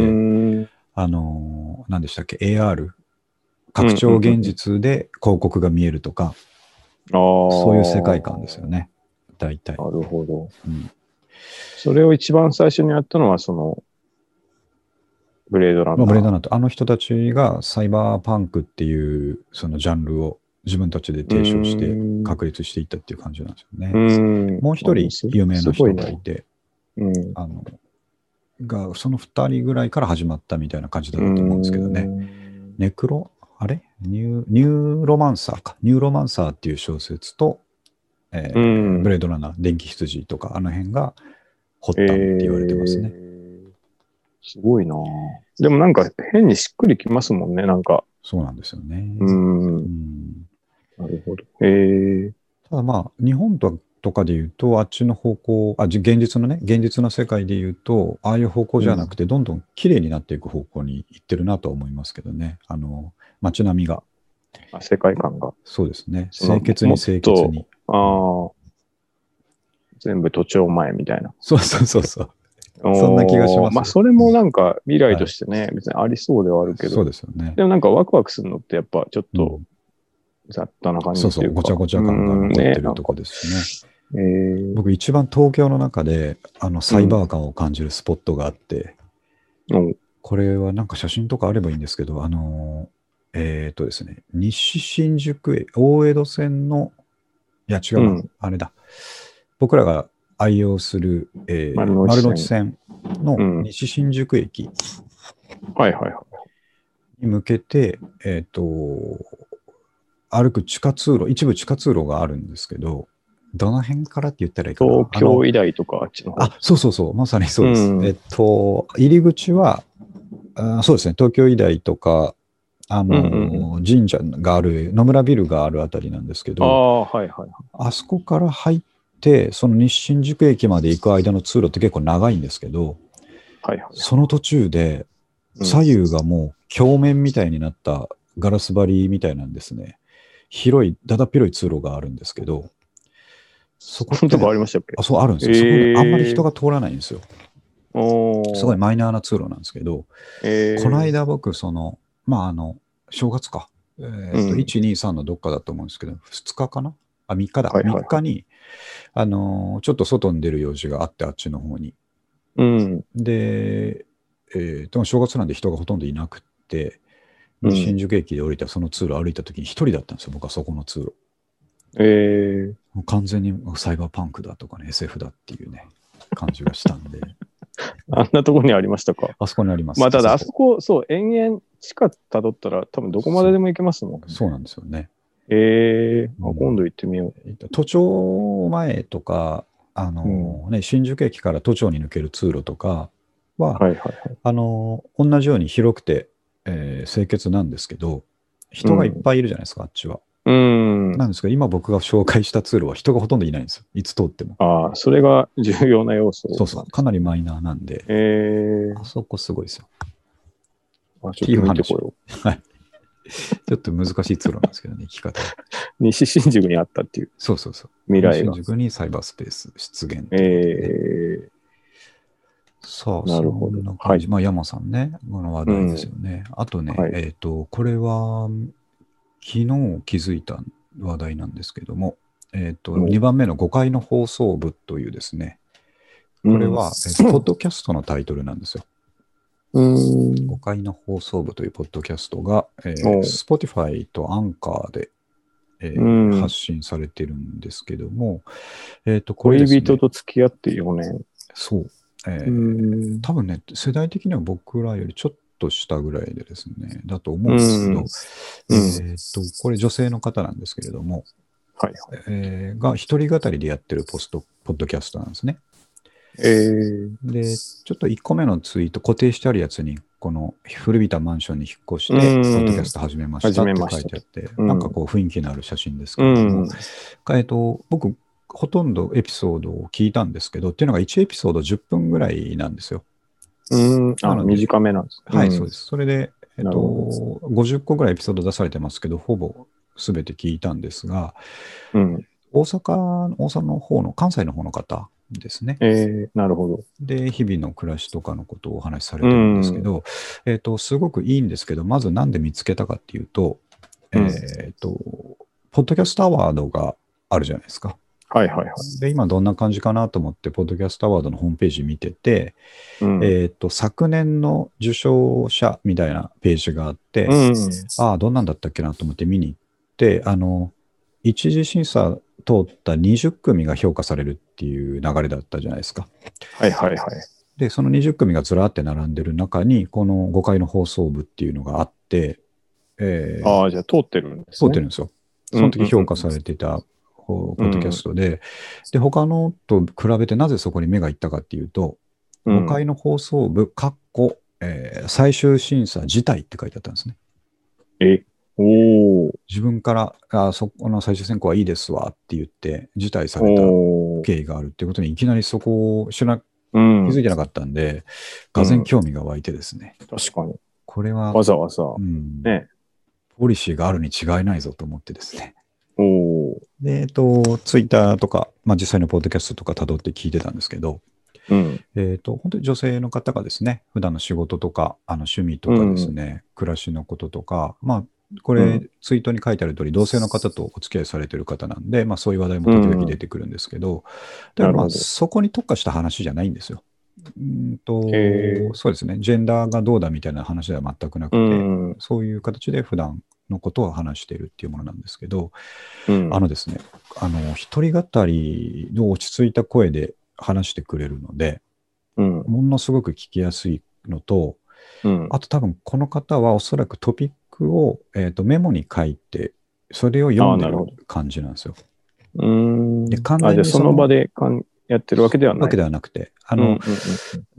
で、んあのー、何でしたっけ、AR、拡張現実で広告が見えるとか、ああ。そういう世界観ですよね。大体。なるほど。うんそれを一番最初にやったのは、その、ブレードラまンナあ、ー。ブレードランナーとあの人たちがサイバーパンクっていうそのジャンルを自分たちで提唱してうん確立していったっていう感じなんですようね。ん。もう一人有名な人がいて、うん。あの、が、その二人ぐらいから始まったみたいな感じだったと思うんですけどね。ね。ネクロ、あれニューニューロマンサーか。ニューロマンサーっていう小説と、えーうん。ブレレードランナー、電気羊とか、あの辺が掘ったって言われてますね。すごいなぁでもなんか変にしっくりきますもんね、なんか。そうなんですよね。う。うんんなるほど。えただまあ、日本ととかで言うと、あっちの方向、あ、じ現実のね、現実の世界で言うと、ああいう方向じゃなくて、どんどん綺麗になっていく方向に行ってるなとは思いますけどね。あの、街並みが、ー、世界観が。そうですね。その清潔に清潔に。ああ。全部都庁前みたいな。そうそうそうそう。そんな気がしますおーあ、それもなんか未来としてね、別にありそうではあるけそうど。ですよねで。もなんかワクワクするのってやっぱちょっとう雑多な感んじそうってそ、いううごか。ちゃごちゃ感がうん残ってるとねこですね。えー僕、一番東京の中で、あの、サイバー感を感じるスポットがあって、うんこれはなんか写真とかあればいいんですけど、あのーえっ、とですね、西新宿駅、大江戸線の、いや違うな、うんあれだ、僕らが愛用する、えー丸丸のの内線内線のうん西新宿駅にはいはいはい。向けて、えっ、と、歩く地下通路、一部地下通路があるんですけど、どの辺からって言ったらいいかな。東あの京医大とかあっちの方。あ、そうそうそう、まさにそうです。うんえっと、入り口は、あそうですね、東京医大とか、あの、うんうん神社がある、野村ビルがあるあたりなんですけあど、あ、はいはい。あそこから入って、その日新宿駅まで行く間の通路って結構長いんですけど、はいはい。その途中で、うん左右がもう鏡面みたいになったガラス張りみたいなんですね。広い、だだっ広い通路があるんですけど、そこっそんなとこあて、りましたっけ *laughs* あ、そう、あるんですよ。へーそこねあんまり人が通らないんですよ。おーすごい、マイナーな通路なんですけど、えーこの間僕、その、まあ、あの、正月か、えーと1、うん2、3のどっかだと思うんですけど、2日かなあ、3日だ。はいはいはい3日に、あのーちょっと外に出る用事があって、あっちの方に。うん。で、えーと、正月なんで人がほとんどいなくって、うん新宿駅で降りたその通路歩いた時に一人だったんですよ、僕はそこの通路。えー、もう完全にサイバーパンクだとかね、SF だっていうね、感じがしたん *laughs* で、あんなとこにありましたか。あそこにあります。まあ、ただ、あそこ、そう、延々地下辿ったら、多分どこまででも行けますもん。そうなんですよね。えー、うあん今度行ってみよう。都庁前とか、あのね、新宿駅から都庁に抜ける通路とかは、はいはいはい。あの同じように広くて、えー清潔なんですけど、人がいっぱいいるじゃないですか、あっちは。うん。なんですけど、今僕が紹介した通路は人がほとんどいないんですよ。いつ通っても。ああ、それが重要な要素。そうそう、かなりマイナーなんで、えー、あそこすごいですよ。あちょっと見てこよちょっと難しい通路なんですけどね、生き方。う。西新宿にあったっていうそうそうそう。未来が新。宿にサイバースペース出現。えー、さあ、なるほどそんな感じ。まあ、山さんね、この話題ですよね。あとね、はいえっ、と、これは、昨日気づいた話題なんですけども、えっとお2番目の5階の放送部というですね、これは、えーポッドキャストのタイトルなんですよ。うん。 5階の放送部というポッドキャストが、えー、おう Spotify とアンカーで、えーうん発信されてるんですけども、えっとこれ恋ですね人と付き合って4年。そう、えーうん多分ね、世代的には僕らよりちょっと下ぐらいでですね、だと思うんですけど、うんうんえーっと、これ女性の方なんですけれども、はいはい。えーが一人語りでやってるポスト、ポッドキャストなんですね。えー、で、ちょっと1個目のツイート、固定してあるやつに、この古びたマンションに引っ越して、うんポッドキャスト始めましたっ始てめ書ましたいてあって、うんなんかこう雰囲気のある写真ですけうれども、ん。えっと、僕、ほとんどエピソードを聞いたんですけど、っていうのが1エピソード10分ぐらいなんですよ。うん。なあ、ので短めなんです。。はい、そうですす。それで、えっなると、50個ぐらいエピソード出されてますけど、ほぼ全て聞いたんですが、うん。大阪、大阪の方の、関西の方の方ですね。えー、なるほど。で、日々の暮らしとかのことをお話しされてるんですけど、えっと、すごくいいんですけど、まずなんで見つけたかっていうと、うんえっと、ポッドキャストアワードがあるじゃないですか。はいはいはい。で、今どんな感じかなと思って、ポッドキャストアワードのホームページ見てて、うん。えっと、昨年の受賞者みたいなページがあって、うん。ああ、どんなんだったっけなと思って見に行って、あの、一次審査通った20組が評価されるっていう流れだったじゃないですか。はいはいはい。で、その20組がずらーって並んでる中に、この5階の放送部っていうのがあって、えー、ああ、じゃあ通ってるんです通ね。ってるんですよ。その時評価されてたほポッドキャストで、で、他のと比べてなぜそこに目がいったかっていうと、うん5階の放送部、かっこ、えー最終審査辞退って書いてあったんですね。え、おー自分から、あそこの最終選考はいいですわって言って、辞退されたおー。経緯があるっていうことに、いきなりそこを知らうん気。づいてなかったんで、がぜん興味が湧いてですね、確かに。これは、わざわざ。うんねポリシーがあるに違いないぞと思ってですね。おー。で、えっと、ツイッターとか、まあ、実際のポッドキャストとか辿って聞いてたんですけど、うん。えっと、本当に女性の方がですね、普段の仕事とか、あの趣味とかですね、暮らしのこととか、まあ、これ、うんツイートに書いてある通り、同性の方とお付き合いされてる方なんで、まあ、そういう話題も時々出てくるんですけど、だからなるまほあ、どそこに特化した話じゃないんですよ。うーんとへーそうですね、ジェンダーがどうだみたいな話では全くなくて、うん。そういう形で普段のことを話しているっていうものなんですけど、うんあのですね、あの、一人語りの落ち着いた声で話してくれるので、うん。ものすごく聞きやすいのと、うん。あと多分この方はおそらくトピックを、えー、とメモに書いて、それを読んであーなるほどる感じなんですよ。うん。で完全にあ、じゃあそそのの場でかんやってるわけではない。わけでではなくて、あの、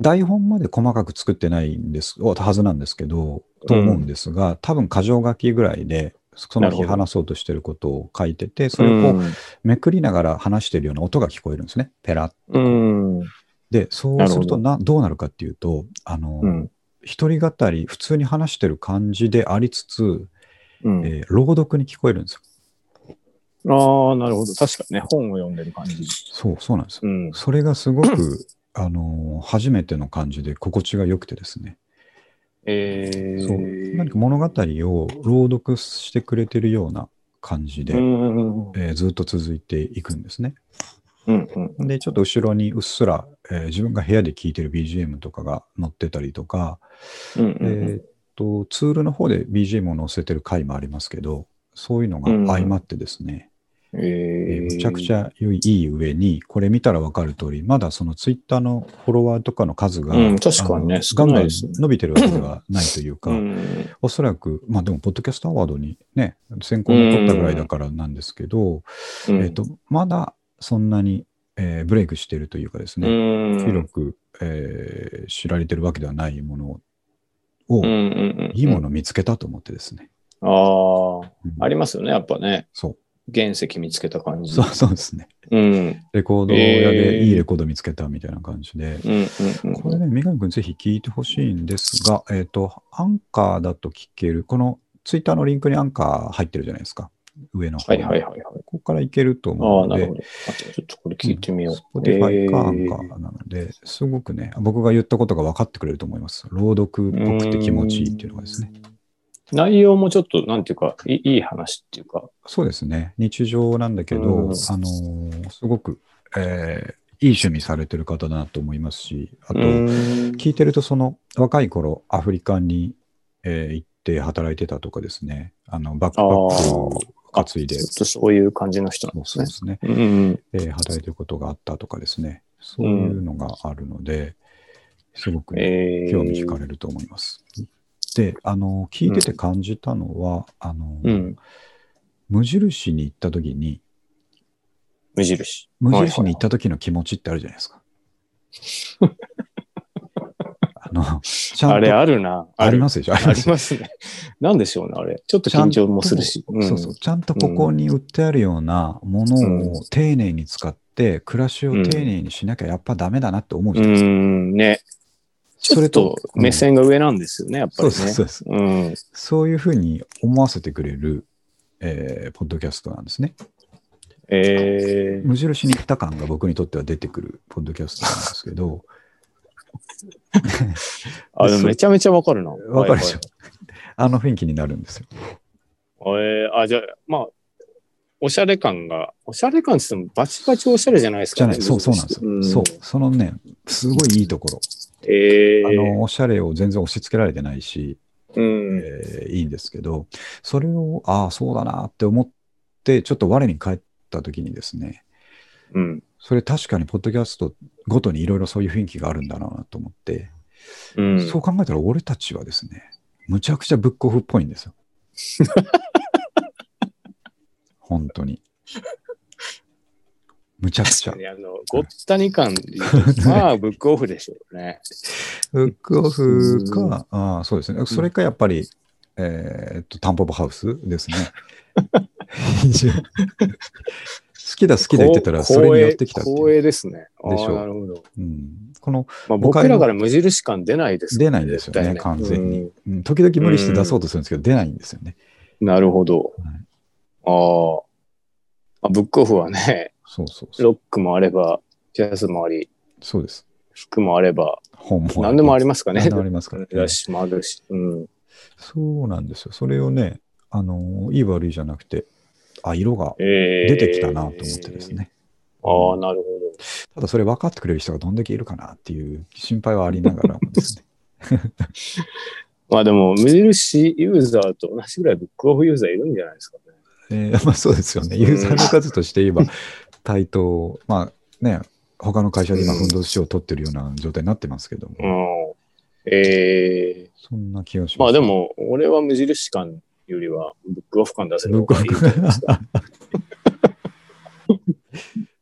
台本まで細かく作ってないんです、はずなんですけど、と思うんですが、多分箇条書きぐらいで、そのな日るほど話そうとしてることを書いてて、それをこうめくりながら話してるような音が聞こえるんですね。ペラッうん。うん。で、そうなるすほどるとなどうなるかっていうと、あの、うん。一人語り、普通に話してる感じでありつつ、うん。えー朗読に聞こえるんですよ。ああ、なるほど。確かにね、本を読んでる感じ。そう、そうなんですよ。うん。それがすごく、あのー初めての感じで心地が良くてですね。えー、そう何か物語を朗読してくれてるような感じで、うんうんえーずっと続いていくんですね。うんうんで、ちょっと後ろにうっすら、えー自分が部屋で聴いてる BGM とかが載ってたりとか、うんえーっと、ツールの方で BGM を載せてる回もありますけど、そういうのが相まってですね、ええーーむちゃくちゃ良いいい上に、これ見たら分かる通り、まだそのツイッターのフォロワーとかの数が、うん確かにねあの少ないですねガンガン伸びてるわけではないというか、うんおそらく、まあでも、ポッドキャストアワードにね、選考残ったぐらいだからなんですけど、うんえっと、まだそんなに、えーブレイクしてるというかですうね、ん広く、えー知られてるわけではないものを、うんうんうんいいものを見つけたと思ってですね。あうんあ、ありますよね、やっぱね。そう。原石見つけた感じ。そうそうですね。うん。レコード屋えでーいいレコード見つけたみたいな感じで、うんうんうん。これね、三上君ぜひ聞いてほしいんですが、えっ、と、アンカーだと聞ける、このツイッターのリンクにアンカー入ってるじゃないですか。上の方はにいはいはいはい。ここからいけるとあ思あ、うなのでるほ、ど。あじゃあちょっとこれ聞いてみよう。 Spotify かアえンーカーなので、すごくね、僕が言ったことが分かってくれると思います。朗読っぽくて気持ちいいっていうのがですね。。内容もちょっと、なんていうか、いいい話っていうか。そうですね。日常なんだけど、うんあのーすごく、えーいい趣味されてる方だなと思いますし、あと、聞いてると、その、若い頃、アフリカに、えー行って働いてたとかですね、あの、バックパックを担いで、ちょそっとそういう感じの人なんうですそうねで。すね、うんうんえー働いてることがあったとかですね、そういうのがあるので、すごくね、えー興味惹かれると思います。で、あの、聞いてて感じたのは、あの、うん無印に行った時に、無印。無印に行っった時の気持ちってあるじゃないですか。あの、ちたゃあんれと、あるな。。ありますすでしょありあまりす。ますね。 *laughs* なんでしょうね、あれ。ちょっとちゃ緊んと張もするし。そうそう。ちゃんとここに売ってあるようなものを丁寧に使って、暮らしを丁寧にしなきゃやっぱダメだなって思うじうゃないですか。ん、ね。ちそょれっとと目線が上なんですよね、やっそぱりうね。そうそうそう。うん。そういうふうに思わせてくれる、えーポッドキャストなんですね。えー無印に行った感が僕にとっては出てくるポッドキャストなんですけ *laughs* ど、あ、でもめちゃめちゃわかるな。わかるでしょ *laughs* ょ。あの雰囲気になるんですよ。えーあ、じゃあ、まあ、おしゃれ感が、おしゃれ感って言ってもバチバチおしゃれじゃないですじゃか、ない、そうそうなんですよ。そう、そのね、すごいいいところ。えあの、ー、おしゃれを全然押し付けられてないし、うん。えーいいんですけど、それを、ああ、そうだなって思って、ちょっと我に返った時にですね、うん。それ確かにポッドキャストごとにいろいろそういう雰囲気があるんだなと思って、うん。そう考えたら俺たちはですね、むちゃくちゃブックオフっぽいんです *laughs* よ。本当に。むちゃくちゃ確か。にあの、ごったに感で言うと、まあ、ブックオフでしょうね。ブックオフうんか、あーそうですね。それかやっぱり、えーっと、タンポポハウスですね。 *laughs* 好きだ好きだ言ってたら、それに寄ってきたっていう光栄光栄ですね。あーでしょなるほど。うん、この、ま誤あ、僕解のらから無印感出ないです出ないんですよね絶対完全にうんうん時々無理して出そうとするんですけど、出ないんですよね。なるほど。あーあ。ブックオフ *laughs* はね、そうそうそう。ロックもあれば、ジャズもあり、そうです。服もあれば、本も何でもありまますかすね何で。もありますから、ラッシュもあるし。 *laughs* うん。そうなんですよ。それをね、あのーいい悪いじゃなくて、あ、色がえー出てきたなと思ってです。ね。ああ、なるほただそれ分かってくれる人がどんだけいるかなっていう心配はありながらも *laughs* ですね。ど。まあでも、無印ユーザーと同じぐらいブックオフユーザーいるんじゃないですかね。えーまあそうですよね。ユーザーの数として言えば、対等、まあね、他の会社で今、うんふんどしを取ってるような状態になってますけども、うん。ええそんな気がしままあす。でも、俺は無印感よりは、ブックオフ感出せる *laughs* 方がいいと思いますよ。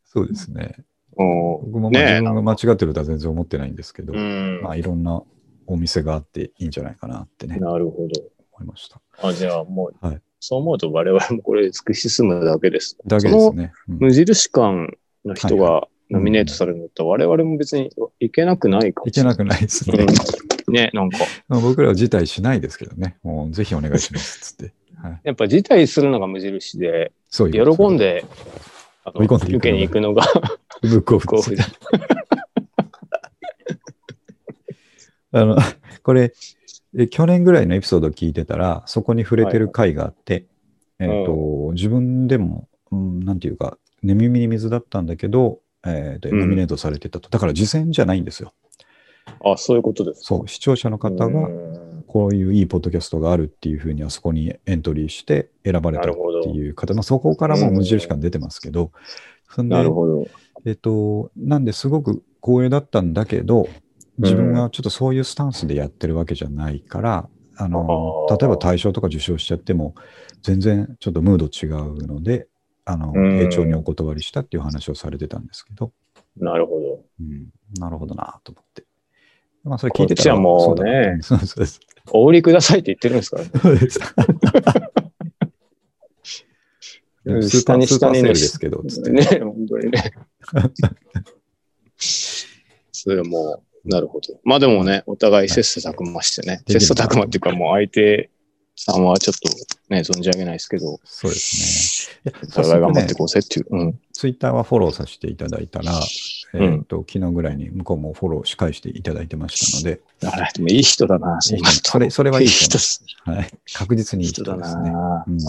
そうですね。うん僕もまあねえ自分が間違ってるとは全然思ってないんですけど、うんまあいろんなお店があっていいんじゃないかなってね、なるほ思いました。ど。あじゃあもう、はいそう思うと我々もこれ突き進むだけです。だけでそすのね。うん無印感の人はがノミネートされるのって我々も別にいけなくないかもいしれけな。ないくないですね。うんね、なんか、まあ僕らは辞退しないですけどね、もうぜひお願いしますっつって。はい、やっぱ辞退するのが無印で、そうい喜うことんで、あの追い込んでいく受けに行くのが、 *laughs* ブックオフこうあの、これ、え去年ぐらいのエピソードを聞いてたら、そこに触れてる回があって、いはいえっ、と、自分でも、うん、なんていうか、寝耳に水だったんだけど、えっ、と、うんノミネートされてたと。だから、次戦じゃないんですよ。あ、そういうことです。そう、視聴者の方うが、んこういういいポッドキャストがあるっていうふうに、あそこにエントリーして選ばれたっていう方、まあ、そこからもう無印感出てますけど、そんでなるほど。えっと、なんですごく光栄だったんだけど、自分はちょっとそういうスタンスでやってるわけじゃないから、あのあ例ーえば大賞とか受賞しちゃっても、全然ちょっとムード違うので、あの、うん丁重にお断りしたっていう話をされてたんですけど、なるほど。うん、なるほどなと思って。まあ、それ聞いてたら。こっちはもうねそうだそうです。お売りくださいって言ってるんですからね。そう *laughs* です。うんスーパ下ーにスーパーセ下にールねですけど、つって。ね、 *laughs* 本当 *laughs* にね。それはもう、なるほど。まあでもね、お互い切磋琢磨してね、できる切磋琢磨っていうか、もう相手さんはちょっとね、存じ上げないですけど、そうですね。いやお互い頑張っていこうぜっていう。うん。ツイッターはフォローさせていただいたら、えーっと、昨日ぐらいに向こうもフォローし返していただいてましたので、あら、でもいい人だな、いい人それそれはいい人いいはい、確実にいい人人だですね。な。うん、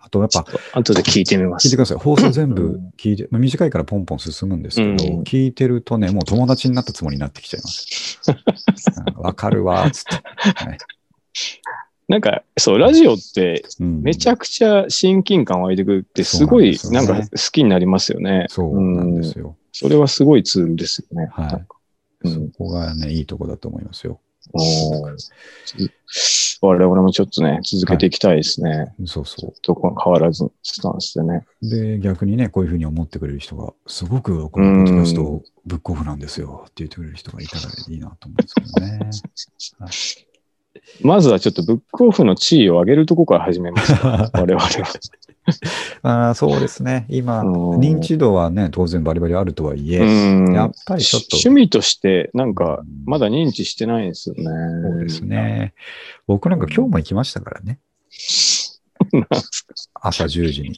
あとやっちょぱっ、と後で聞いてみま聞いてすく。 *laughs* ださい。放送全う部ん聞いて、まあ短いからポンポン進むんですけど、うん聞いてるとね、もう友達になったつもりになってきちゃいます。 *laughs* うんわかるわ、つって。なんか、そう、ラジオってうんめちゃくちゃ親近感湧いてくるって、すごい、そうななんんですよねか好きになりますよね。そうなんですん。よ。それはすごいツールですよね。はいなんかうんそこがね、いいとこだと思いますよ。おーつ我々もちょっとね、続けていきたいですね。そうそどこ変わらずのスタンスでね。う。で、逆にね、こういうふうに思ってくれる人が、すごくこのポッドキャストをブックオフなんですよって言ってくれる人がいたらいいなと思うんですけどね。まずはちょっとブックオフの地位を上げるとこから始めます。 *laughs* 我々は。あーそうですね。今、うん認知度はね、当然バリバリあるとはいえ、うんやっぱりちょっと。趣味として、なんか、まだだ認知してないんですよね。そうです。ね。僕なんか今日も行きましたからね。朝10時に。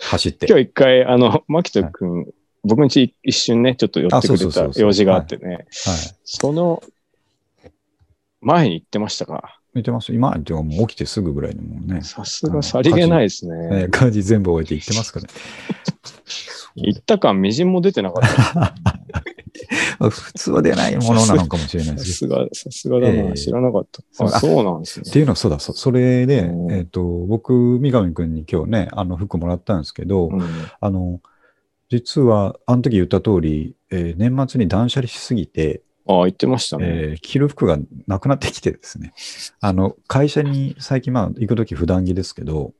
走って。今日一回、あの、牧人君、僕んち一瞬ね、ちょっと寄ってくあそれうそうたそうそう用事があってね、はい。その前に行ってましたか。見てます。今、でももう起きてすぐぐらいにもうね。さすがさりげないですねえ。ー家事全部終えて行ってますから、ね。行った感、みじんも出てなかった。まあ普通は出ないものなのかもしれないでさすすが、さすがだえな。え知らなかった。そうあそうなんですけど。っね。ていうのはそうだ、そうそれで、うんえっ、と、僕、三上くんに今日ね、あの服もらったんですけど、うんあの、実は、あの時言った通り、えー年末に断捨離しすぎて、ああ、行ってましたね。えー着る服がなくなってきてですね、あの会社に最近、まあ、行くとき普段着ですけど、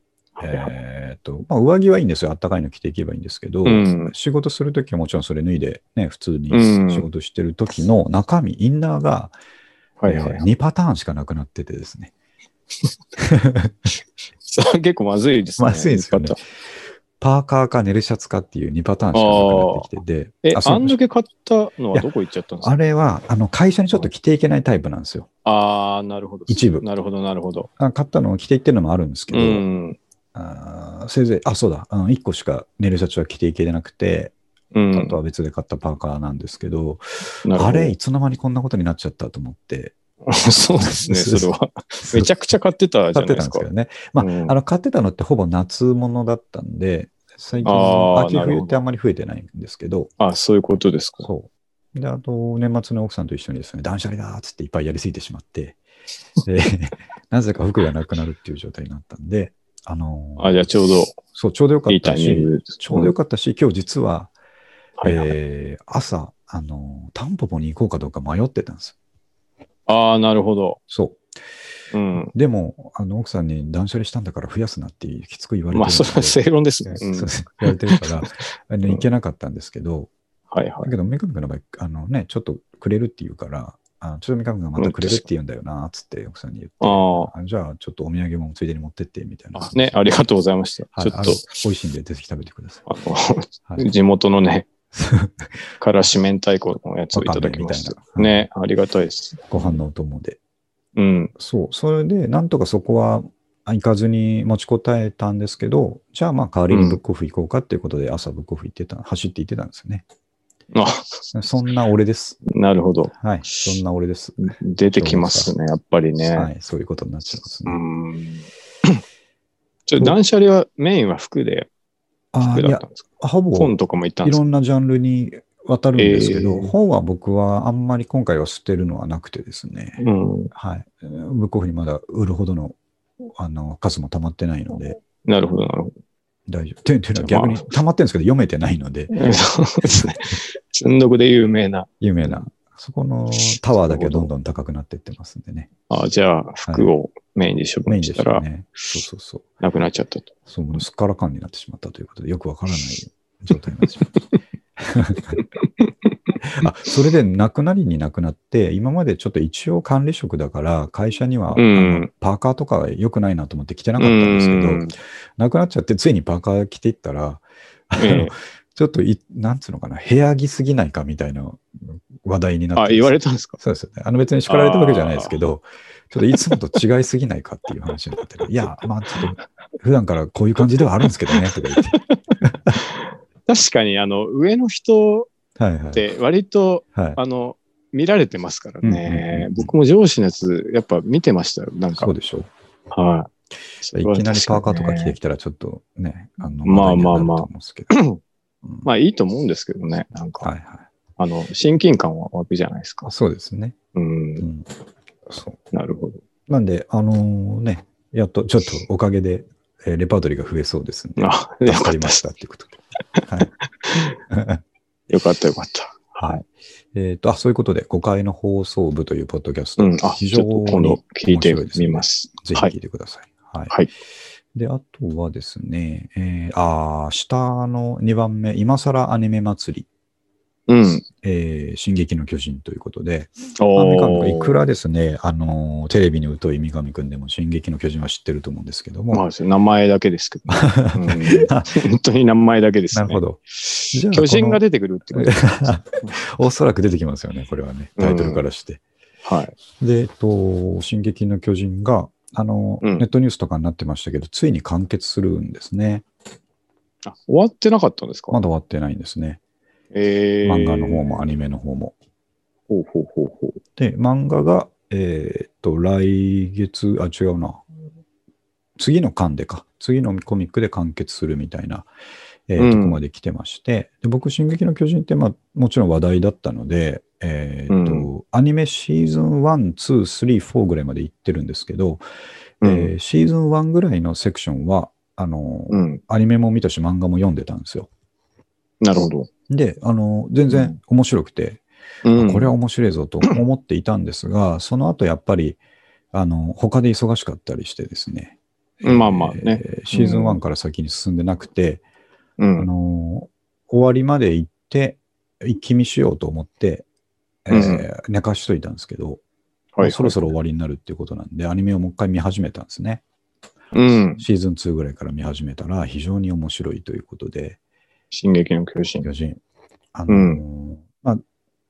えーっとまあ、上着はいいんですよ、あったかいの着ていけばいいんですけど、うん仕事するときはもちろんそれ脱いで、ね、普通にうん仕事してるときの中身、インナーが、はいはいえはーい。 2パターンしかなくなっててですね、そう結構まずいです *laughs* ね。まずいですよね見方パーカーか寝るシャツかっていう2パターンしかなくなってきてて、え、そうあんだけ買ったのはどこ行っちゃったんですあかれはあの会社にちょっと着ていけないタイプなんですよ。ああ、なるほど。一部なるほど、なるほど。あ買ったのを着ていってるのもあるんですけうど、ん。あーせいぜい、あ、そうだ、あの1個しか寝るシャツは着ていけなくて、うん。あとは別で買ったパーカーなんですけど、なるほどあれ、いつの間にこんなことになっちゃったと思って、 *laughs* そうで *laughs* すね、それは。めちゃくちゃ買ってたじ買っゃないてでたんすですかけ。どね。まあ、うんあの買ってたのってほぼ夏物だったんで、最近、あー秋なる冬ほってどあんまり増えてないんですけど、あそういうことですか。そう。で、あと、年末の奥さんと一緒にですね、断捨離だーっつっていっぱいやりすぎてしま *laughs* って、でなぜか服がなくなるっていう状態になったんで、あのーあ、じゃあちょうどそう、ちょうどよかいっいタたイミンし、グです。ちょうどよかったし、今日実は、はいはいえー朝、あの、タンポポに行こうかどうか迷ってたんです。ああ、なるほど。そうん。う。でも、あの、奥さんに断捨離したんだから増やすなってきつく言われてるんで。まあ、それは正論ですね。うそんうそう言われてる *laughs* から、あのうん行けなかったんですけど、はいはだい。けど、三上君の場合、あのね、ちょっとくれるって言うから、あちょっと三上君がまたくれるって言うんだよな、つって奥さんに言って、ああじゃあちょっとお土産もついでに持ってって、みたいなあ、。ね、ありがとうございました。はい、ちょあっのと、美味しいんで、ぜひ食べてください。あはの、 *laughs* い、地元 *laughs* のね、からし明太子のやつをいただきましわたか。んないね、ありがたいです。ご飯のお供で。うん。そう、それで、なんとかそこは行かずに持ちこたえたんですけど、じゃあまあ代わりにブックオフ行こうかっていうことで、朝ブックオフ行ってた、走って行ってたんですよね。あ、そんな俺です。なるほど。はい、そんな俺です。出てきますね、やっぱりはね。い、そういうことになっちゃいますうね。ん。ちょ断捨離は、メインは服で、あー服いだっやたんですかほぼ本とかも行ったんいですろかんなジャンルに渡るんですけど、えー本は僕はあんまり今回は捨てるのはなくてですね、うん。はい、ブックオフにまだ売るほどのあの数も溜まってないので、なるほど、なるほど。 *laughs* 大丈夫。てていうのは逆にま溜まってるんですけど、読めてないので、そうですね。積んどくで有名な。有名な。そこのタワーだけどんどん高くなっていってますんでね。あじゃあ、服をメインで処メイン分でしすたよら、ね。そうそうそう。なくなっちゃったと。そうもうすっからかんになってしまったということで、よくわからない状態になってしまっ *laughs* た。あそれでなくなりになくなって、今までちょっと一応管理職だから、会社には、うんあのパーカーとかは良くないなと思って着てなかうったんですけど、ん。なくなっちゃって、ついにパーカー着ていったら、あのええちょっとい、なんつうのかな、部屋着すぎないかみたいな話題になってあ、ですね言われたんですかそうですよね。あの別に叱られたわけじゃないですけど、ちょっといつもと違いすぎないかっていう話にな *laughs* ってる。いや、まあちょっと普段からこういう感じではあるんですけどね、とか言って。確かに、あの、上の人はいはっい。て割と、はい、あの、見られてますからうんうんねう。ん僕も上司のやつ、やっぱ見てましたよ。なんかそう、でしょう。はい。いきなりパーカーとか着てききたらちょっとね、あの、まあまあ話題にまあなると思うんですけど。まあいいと思うんですけどね。なんか、はいはあの、親近感は湧くじゃないですかい。。そうですね。うんう。ん。そう。なるほど。なんで、あのね、やっとちょっとおかげで、えーレパートリーが増えそうですんで、あ、*laughs* よ助かかっりたま。したっていうことで。はい。*laughs* よかった、よかった。はい。えっ、と、あ、そういうことで、5階の放送部というポッドキャスト、うん。あ、非ち常ょっと今に度聞いて面白いですねみます。ぜひは聞いい。てください。はい。はいで、あとはですね、えーあー下の2番目、今更アニメ祭り、うん。えー進撃の巨人ということで、三上お君いくー。らですね、あのーテレビに疎い三上君でも進撃の巨人は知ってると思うんですけども、まあ、名前だけですけどね、うん *laughs* 本当に名前だけですなね。るほど。ゃあ巨人が出てくるってことですねおそらく出てきますよね、これはね、タイトルからして。はい。で、えっと、進撃の巨人が、あのーうんネットニュースとかになってましたけど、ついに完結するんですね。あ終わってなかったんですか、まだ終わってないんですね。えー漫画の方もアニメの方も。ほうほうほうほう。で、漫画が、えーっと、来月、あ、違うな。次の巻でか。次のコミックで完結するみたいな、えーうんとこまで来てまして。で、僕、進撃の巨人って、まあ、もちろん話題だったので、えーっと、うアニメシーズン1、2、3、4ぐらいまで行ってるんですけど、うえん。ーシーズン1ぐらいのセクションは、あの、うん。アニメも見たし、漫画も読んでたんですよ。なるほど。で、あの、全然面白くて、うん、これは面白いぞと思っていたんですが、 *clears throat* その後やっぱり、あの、他で忙しかったりしてですね。まあまあねえーシーズンう1んから先に進んでなくて、うあん。の、終わりまで行って、一気見しようと思って、えー寝かしといたんですけど、はい、そろそろ終わりになるっていうことなんで、アニメをもう一回見始めたんですね。うん。シーズン2ぐらいから見始めたら、非常に面白いということで、進撃の巨人。巨人。あのーうまあ、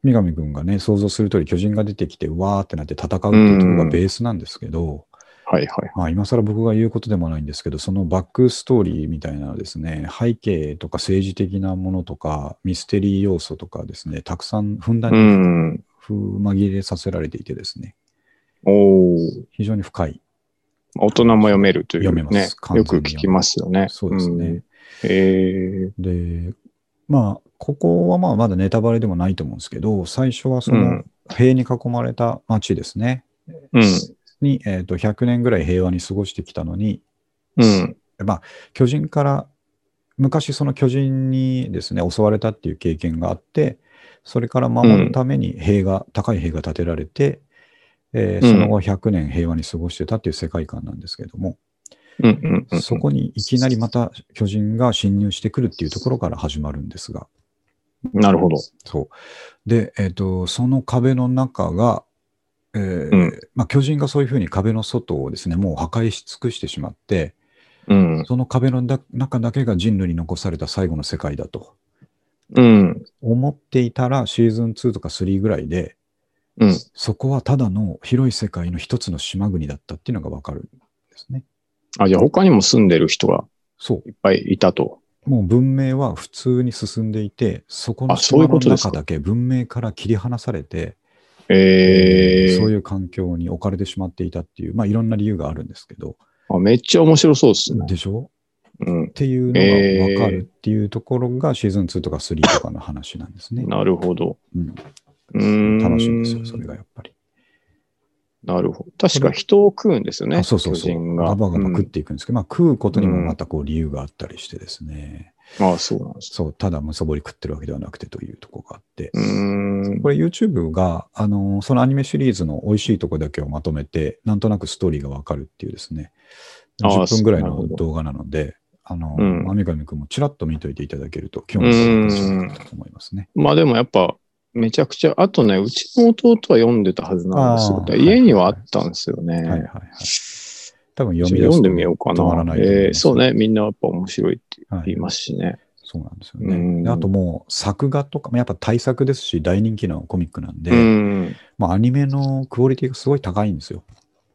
三上君がね、想像する通り巨人が出てきて、うわーってなって戦うっていうところがベースなんですけど、はいはい。まあ、今更僕が言うことでもないんですけど、そのバックストーリーみたいなですね、背景とか政治的なものとか、ミステリー要素とかですね、たくさんふんだんうにん。ふ紛れさせられていてですね、おー非常に深い。大人も読めるという、読めね。ます完よ全くに聞きますよね。そうですね。ん。えー、で、まあ、ここはまあまだネタバレでもないと思うんですけど、最初はそうのん塀に囲まれた町ですね。うん。に、えー、と100年ぐらい平和に過ごしてきたのに、うん。まあ、巨人から昔その巨人にですね襲われたっていう経験があってそれから守るために塀が、高い塀が建てられて、えーうんその後100年平和に過ごしてたっていう世界観なんですけども、うん。うん。うんそこにいきなりまた巨人が侵入してくるっていうところから始まるんですがなるほど。そうで、えー、とその壁の中が、えーうんまあ、巨人がそういうふうに壁の外をですねもう破壊し尽くしてしまって、うん。その壁のだ中だけが人類に残された最後の世界だとうん。思っていたらシーズン2とか3ぐらいで、うん。そこはただの広い世界の一つの島国だったっていうのがわかるんですね。あ、じゃあ他にも住んでる人がそいっぱいいたと。う。もう文明は普通に進んでいて、そこのあそう島いうこのとですか中だけ文明から切り離されて、えー、そういう環境に置かれてしまっていたっていう、まあいろんな理由があるんですけど、あめっちゃ面白そうですね。でしょうんっ。ていうのがわかるっていうところがシーズン2とか3とかの話なんですね。なるほど。うんうーん。楽しいんですよ、それがやっぱり。なるほど。確か人を食うんですよね。あそうそうそ巨人う。が。ガバガバ食っていくんですけど、まあ食うことにもうんまたこう理由があったりしてですね、うんあそうなんです。そう、ただむさぼり食ってるわけではなくてというところがあって、うーんこ。れ YouTube が、あのーそのアニメシリーズの美味しいとこだけをまとめて、なんとなくストーリーがわかるっていうですね、あー10分ぐらいなるほのど動画なので、あのうー、んまみかみくんもちらっと見といていただけると、興味深いじゃないかと思いますね。まあでもやっぱ、めちゃくちゃ、あとね、うちの弟は読んでたはずなんですあけーど、家にはあったんですよね。はいはいはい。多分読み出すと読んでみようかな。止まらないと思いますえーそうね、みんなやっぱ面白いってはい言いますしね。そうなんですようね。んであともう作画とか、まあやっぱ大作ですし、大人気のコミックなんで、うん。まあ、アニメのクオリティがすごい高いんですよ。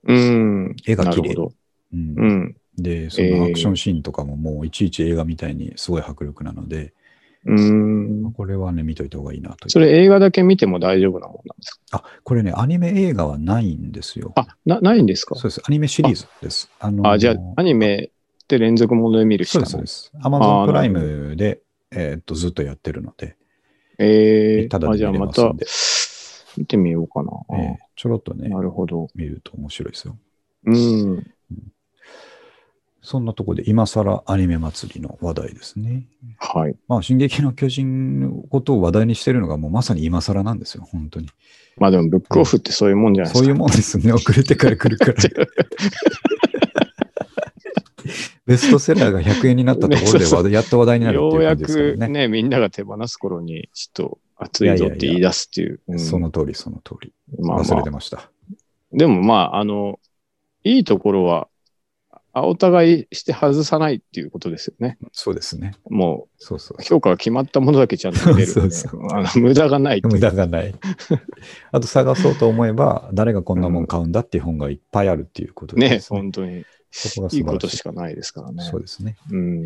うん。絵が綺麗なるほど。うんうん。で、そのアクションシーンとかももういちいち映画みたいにすごい迫力なので、うーん。これはね、見といた方がいいなというそれ映画だけ見ても大丈夫なもんなんですかあ、これね、アニメ映画はないんですよ。あ、な、ないんですかそうです。アニメシリーズです。あのーあ、じゃあ、アニメって連続もので見るしそうかです、そうない。です。アマあゾーンプライムで、えーっと、ずっとやってるので、ええただあ、でじゃあ見れまますたんで、見てみようかな。えーちょろっとねな、るほど。見ると面白いですよ。うん。そんなとこで、今更アニメ祭りの話題ですね。はい。まあ、進撃の巨人のことを話題にしてるのが、もうまさに今更なんですよ、本当に。まあでも、ブックオフってそういうもんじゃないでそうすいか。うもんですね、遅れてから来る *laughs* から。ベストセラーが100円になったところでそ話題、やっと話題になるっよていううや感じですからくね。ね、みんなが手放す頃に、ちょっと暑いぞって言い出すっていう。うんその通り、その通り。まあ忘まれあて。ました。でもまあ、あの、いいところは、あお互いして外さないっていうことですよね。そうですね。もそうそうう、。評価が決まったものだけちゃんと出るんで。そうそうそあの無駄がないという無駄がない。あと探そうと思えば、誰がこんなもん買うんだっていう本がいっぱいあるっていうことねで、すね。本当に。そこが素晴らしいいいことしかないですからね。そうですね。うん。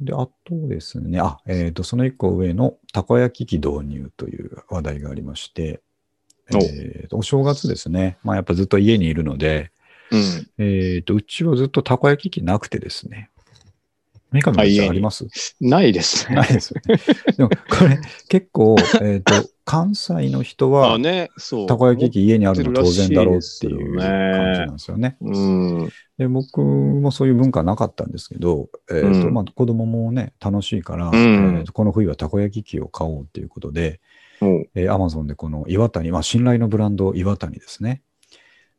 で、あとですね、あ、えっ、と、その一個上のたこ焼き器導入という話題がありまして、おえーとお正月ですね。まあやっぱずっと家にいるので、うん。えっ、と、うちはずっとたこ焼き器なくてですね。三上さんあ家にあります *laughs* ないですね。ないですよね。でもこれ結構、えっ、と、関西の人あは、ね、そう。たこ焼き器家にあるの当然だろうっていう感じなんですよね。うん。で僕もそういう文化なかったんですけど、えーとうんまあ、子供もね楽しいから、んえーとこの冬はたこ焼き器を買おうっていうことで、もう、えー、Amazon でこの岩谷、まあ、信頼のブランド岩谷ですね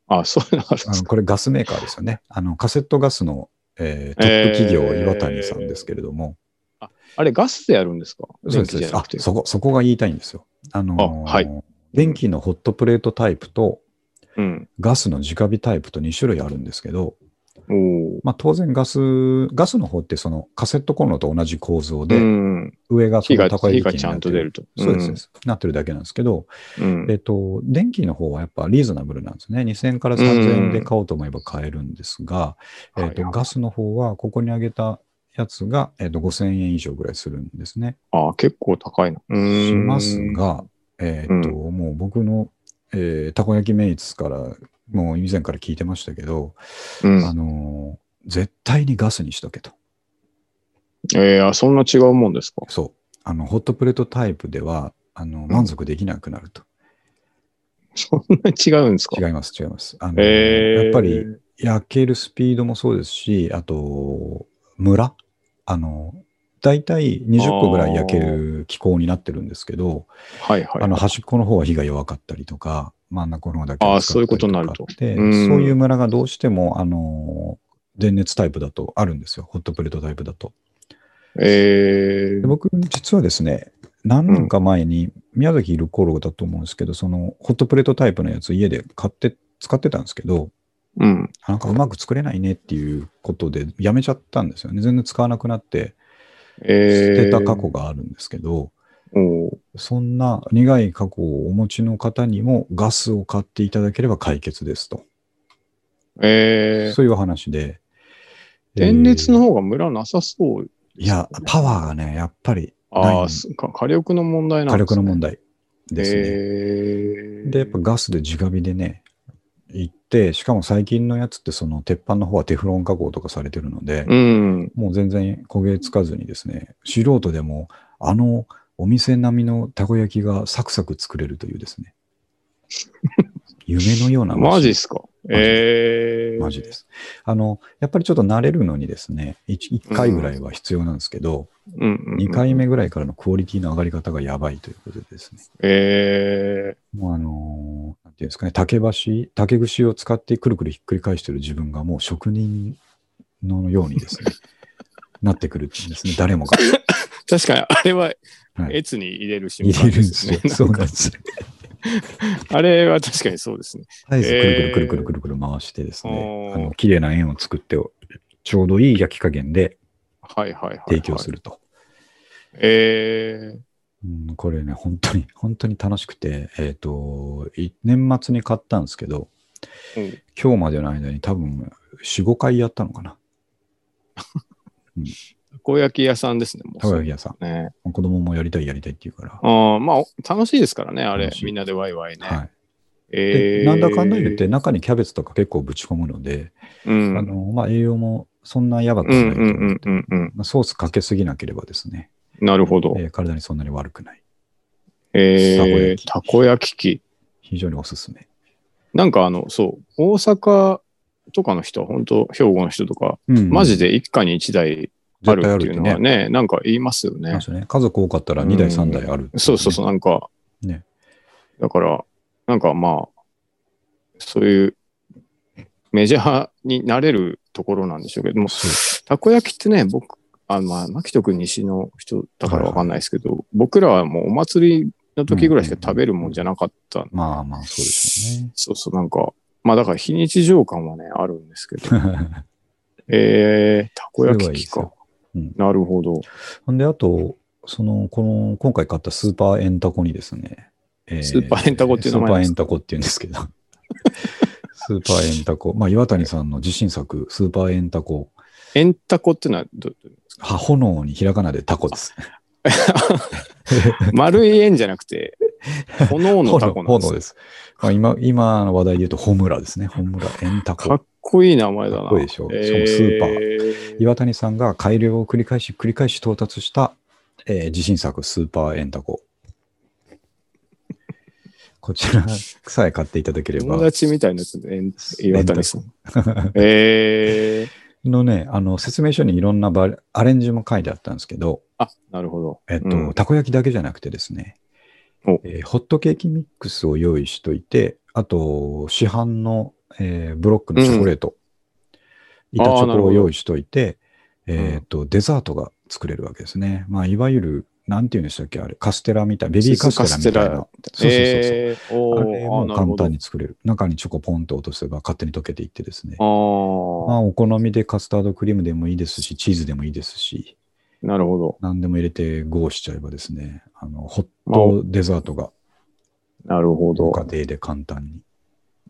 あ、そういうのあるんあでのすか。これガスメーカーですよねあのカセットガスの、えートップ企業えー岩谷さんですけれども、あれ、ガスでやるんですかそう電ですそ気うじでゃすなあくて。そこそこが言いたいんですよ、あのーあはい電気のホットプレートタイプとうん。ガスの直火タイプと2種類あるんですけど、おーまあ、当然ガス、ガスの方ってそのカセットコンロと同じ構造で、うん、上がそ火のがたこ火焼きが器にちなゃっんてとる出ると。そうですそうです、なってるだけなんですけど、うん。えっと、電気の方はやっぱリーズナブルなんですね。2000から3000円で買おうと思えば買えるんですが、うんえっとはいはいガスの方はここにあげたやつが、えっと5000円以上ぐらいするんですね。あ、結構高いな。うんしますが、えっと、もう僕の、えーたこ焼きメイツから、もう以前から聞いてましたけど、うんあのー絶対にガスにしとけと。えー、あそんな違うもんですか。そう。あの、ホットプレートタイプでは、あの、満足できなくなると。そんな違うんですか。 *laughs* 違います、違います。あの、えー、やっぱり、焼けるスピードもそうですし、あと、ムラあの、大体20個ぐらい焼ける気候になってるんですけど、はいはい。あの、端っこの方は火が弱かったりとか、真ん中の方だけあー熱かったりそういうことになるとかってうんそういうムラがどうしても、あの、電熱タイプだとあるんですよ。ホットプレートタイプだと。えでー、僕、実はですね、何年か前に、宮崎いる頃だと思うんですけど、そのホットプレートタイプのやつ、家で買って、使ってたんですけど、うん。なんかうまく作れないねっていうことで、やめちゃったんですよね。全然使わなくなって、捨えー、てた過去があるんですけど、おー。そんな苦い過去をお持ちの方にも、ガスを買っていただければ解決ですと。えー、そういうお話で。電熱のえー方がムラなさそう。いや、パワーがね、やっぱりあなあい、すか火力の問題な火んで力す、ね、の問題ですね。えー、で、やっぱガスで直火でね、行って、しかも最近のやつって、その鉄板の方はテフロン加工とかされてるので、うん。もう全然焦げつかずにですね、素人でも、あの、お店並みのたこ焼きがサクサク作れるというですね、夢のようなマジっす。すか。マジえー、マジで。す。あの、やっぱりちょっと慣れるのにですね、1, 回ぐらいは必要なんですけど、うんうん、 2回。目ぐらいからのクオリティの上がり方がやばいということでですね、えもうあのーなんていうんですかね、竹橋、竹串を使ってくるくるひっくり返してる自分がもう職人のように *laughs* ですね、なってくるんですね、誰もが。ー、確かに、あれは、はいエツに入れる瞬入間れるんですよ。そうなんですよ。 *laughs* あれは確かにそうですね。絶えずえーくるくるくるくるくる回してですね、おーあの綺麗な円を作って、ちょうどいい焼き加減ではいはいはい、はい。提供すると。えうん、これね、本当に、本当に楽しくて、えっ、と、い年末に買ったんですけど、うん今日までの間に多分4、5回やったのかな。ー、こ焼き屋さんですね、もうたこ焼き屋さね。ん。子供もやりたいやりたいって言うから。ああ、まあ、楽しいですからね、あれ楽。しいみんなでワイワイね。はい。でえーなんだかんだ言って、中にキャベツとか結構ぶち込むので、うん。あのまあ、栄養もそんなやばくうなんいとう思んってうんうんうん。まあ、ソースかけすぎなければですね、なるほど。えー体にそんなに悪くない。えー、たたここ焼き器。非常におすすめ。なんかあの、そう、大阪とかの人は本当兵庫の人とか、うんマジで一家に一台あるっていうのはね。ね、なんか言いますよありねま。すよね家族多かったら2う台、ん3台ある、そうそうそう、なんか、ねだから、なんかまあ、そういうメジャーになれるところなんでしょうけども、たこ焼きってね、僕、あまあ、牧人君西の人だからわかんないですけど、僕らはもうお祭りの時ぐらいしか食べるもんじゃなかった。まあまあ、そうです *laughs* よね。そうそう、なんか、まあだから非日常感はね、あるんです *laughs* けど。たえー、たこ焼 *laughs* き器か。。うん、なるほど。ほんで、あと、その、この、今回買ったスーパーエンタコにですね、えスーパーエンタコっていう名前なんでスすーパーエンタコっていうんですけど、 *laughs* スーパーエンタコ、まあ、岩谷さんの自信作、スーパーエンタコ、エンタコってのはど、は炎にひらがなでタコ *laughs* です。丸い円じゃな *laughs* くて、炎のタコなん炎で炎す。です。まあ、今、今の話題で言うと、ホムラですね。ホムラ、エンタかコっ。こいい名前だな。かっこいいでしょえしかもスーパー岩谷さんが改良を繰り返し繰り返し到達した、えー自信作スーパーエンタコ。 *laughs* こちらさえ買っていただければ友、達みたいなやつで、エン岩谷さん。えー、のね、あの説明書にいろんなバリアレンジも書いてあったんですけど、あ、なるほど。えっと、うんたこ焼きだけじゃなくてですね、おえーホットケーキミックスを用意しといて、あと、市販の、えーブロックのチョコレート、ん板チあーなョコるほどを用意しといて、えうっと、デザートが作れるわけですね。まあ、いわゆる、なんていうんでしたっけ、あれ、カステラみたい、ベビーカステラみたいな。そうそうそうそう。えー、おあーれあもなる簡ほど。単に作れる。中にチョコポンと落とせば勝手に溶けていってですね。まああ、あ、お好みでカスタードクリームでもいいですし、チーズでもいいですし、なるほど。何でも入れてゴーしちゃえばですね、あの、ホットデザートがなるほど。家庭で簡単に。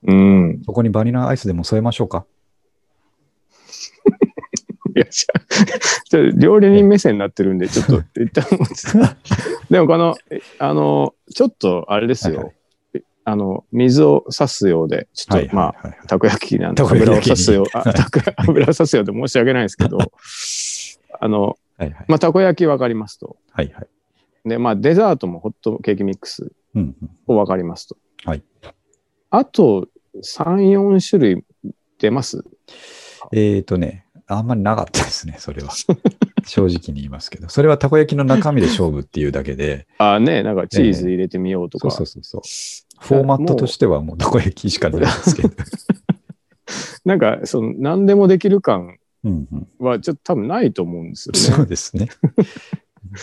うん。そこにバニラアイスでも添えましょうか。いや、じゃあちょっと料理人目線になってるんで、ちょっと一旦、でもこの、えあの、ちょっとあれですよ、はいはあの、水を差すようで、ちょっと、まあ、あ、はいたこ焼き器なんで、たこ焼油をき器に差すよう、あたこ油を差すようで申し訳ないです *laughs* けど、あの、はいはい。まあ、たこ焼き分かりますと。はいはい。で、まあ、デザートもホットケーキミックスうんうん。を分かりますと。はい。あと、3、4種類出ますえっ、ー、とね、あんまりなかったですね、それ *laughs* は。正直に言いますけど。それはたこ焼きの中身で勝負っていうだけ *laughs* で、あね、なんかチーズ入れてみようとそか。うそうそうそう。フォーマットとしてはもうたこ焼きしかないんです *laughs* けど。なんか、その、何でもできる感うんうん。は、ちょっと多分ないと思うんですよそね。うです *laughs* ね。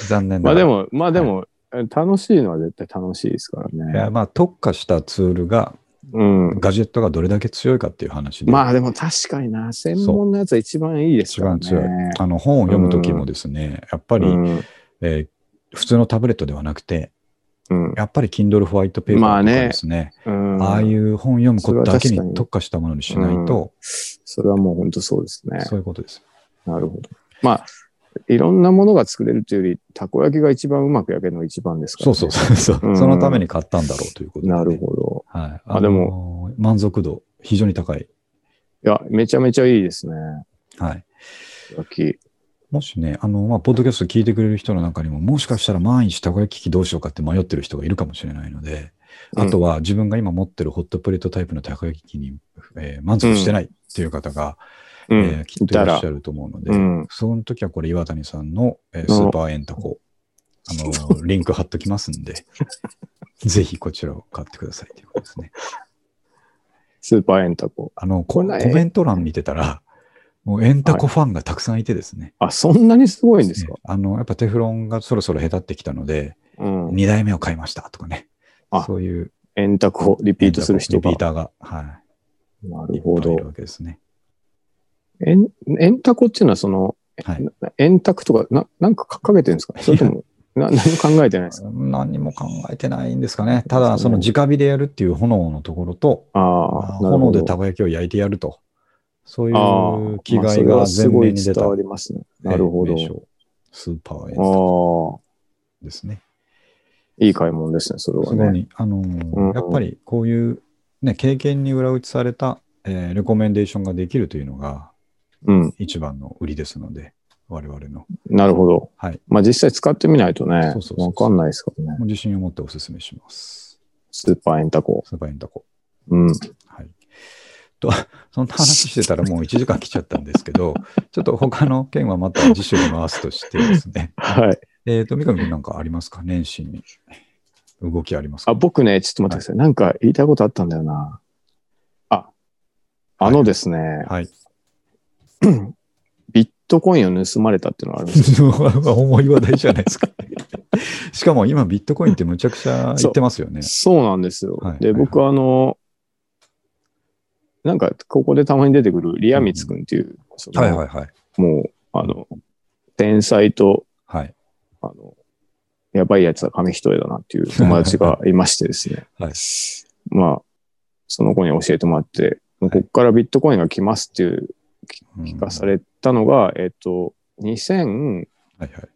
残念なまがあでら。も、まあでも、楽しいのは絶対楽しいですからいやね。まあ特化したツールが、うん。ガジェットがどれだけ強いかっていう話で、まあでも確かにな、専門のやつは一番いいです一から番ね。強い。あの本を読むときもですね、やっぱり、うんえー普通のタブレットではなくて、うんやっぱり Kindle ホワイトペーパーとかですね、うんああいう本読むことだけそれは確かにに特化したものにしないと、それはもう本当そうですね。そういうことです。なるほど。まあ、いろんなものが作れるというより、たこ焼きが一番うまく焼けるのが一番ですから、そうね。そうそうそう、うんそのために買ったんだろうということで、なるほど。ど。はい。ああででもも、満足度、非常に高い。いや、めちゃめちゃいいですね。はい。たこ焼き。もしね、あの、まあ、ポッドキャスト聞いてくれる人の中にも、もしかしたら万一たこ焼き器どうしようかって迷ってる人がいるかもしれないので、うんあとは自分が今持ってるホットプレートタイプのたこ焼き器に、えー満足してないっていう方が、うん。えーきっといらっしゃると思うので、うんその時はこれ岩谷さんの、えースーパーエンタコ、あの *laughs* ーリンク貼っときますんで、ぜひこちらを買ってくださいということですね。スーパーエンタコ。あの、ここんなコメント欄見てたら、もうエンタコファンがたくさんいてですね、あ、そんなにすごいんですか、ねあの、やっぱテフロンがそろそろ下手ってきたので、うん。 2代目を買いましたとかねあ、そういうエンタコをリピートする人がリピー。ターが、は、ないるいっぱほいいどる。わけですね。エンエンタコっていうのは、その、はいな円卓とか、ななんか掲げてるんですかそれとも、な何も考えてないですか何も考えてないんですかね。ただ、その直火でやるっていう炎のところと、まあああ、なるほ炎ど。でたこ焼きを焼いてやると、そういああう気まあ概それがはす全ごい面に出伝た。わりますね。なるほど。えー名称スーパーエンああ、ですね。いい買い物ですね、それすはごいね。に、あのーうんやっぱりこういう、ね、経験に裏打ちされた、えーレコメンデーションができるというのがうん、一番の売りですので、我々の。なるほど。はい。まあ実際使ってみないとそねうそうそう、そうわかんないですからね。もう自信を持ってお勧めします。スーパーエンタコ。スーパーエンタコ。うん。はい。と、 *laughs* そんな話してたらもう1時間来ちゃったんですけど、 *laughs* ちょっと他の件はまた次週に回すとしてですね。 *laughs* はい。えっ、と、三上君なんかありますか年始に。動きありますかあ、僕ね、ちょっと待ってください。なんか言いたいことあったんだよな。あ、あのですね、はい。 *laughs* ビットコインを盗まれたっていうのがあるんですよ。 *laughs* 重い話題じゃないですか。 *laughs* しかも今、ビットコインってむちゃくちゃ言ってますよね。そうなんですよ。はいで、はい僕あの、なんかここでたまに出てくるリアミツ君っていう、そのいはい。もう、あの、天才と、はい。。あの、やばいやつは紙一重だなっていう友達がいましてですね *laughs* はいまあ、その子に教えてもらって、ここからビットコインが来ますっていう聞かされたのが、えっと、2013はいはい。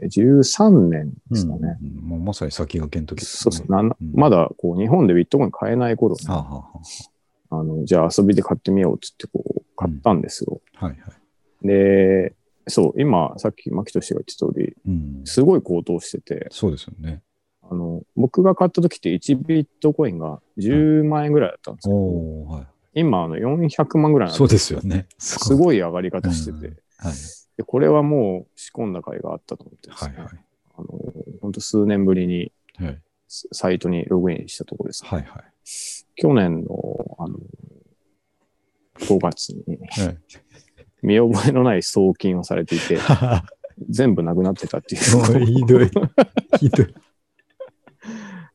年ですかね。うんうんもうまさに先駆けの時ですそうね。そう、ななうんまだこう日本でビットコイン買えない頃ね、はあはあはあのじゃあ遊びで買ってみようっつってこう買ったんですよ。あはいはい。で、そう、今、さっき牧俊が言った通り、うん、すごい高騰してて、そうですよね。あの僕が買った時って1ビットコインが10万円ぐらいだったんですけど、おおはい。今あの400万ぐらいなんそうですよね。すい。ごい上がり方してて、うんはいでこれはもう仕込んだ甲斐があったと思ってですはね、いはあの本当数年ぶりにい。はいサイトにログインしたところです。はいは去年のあの5月にいはい。見覚えのない送金をされていて、全部なくなってたっていもう *laughs* う。ひどい。ひどい。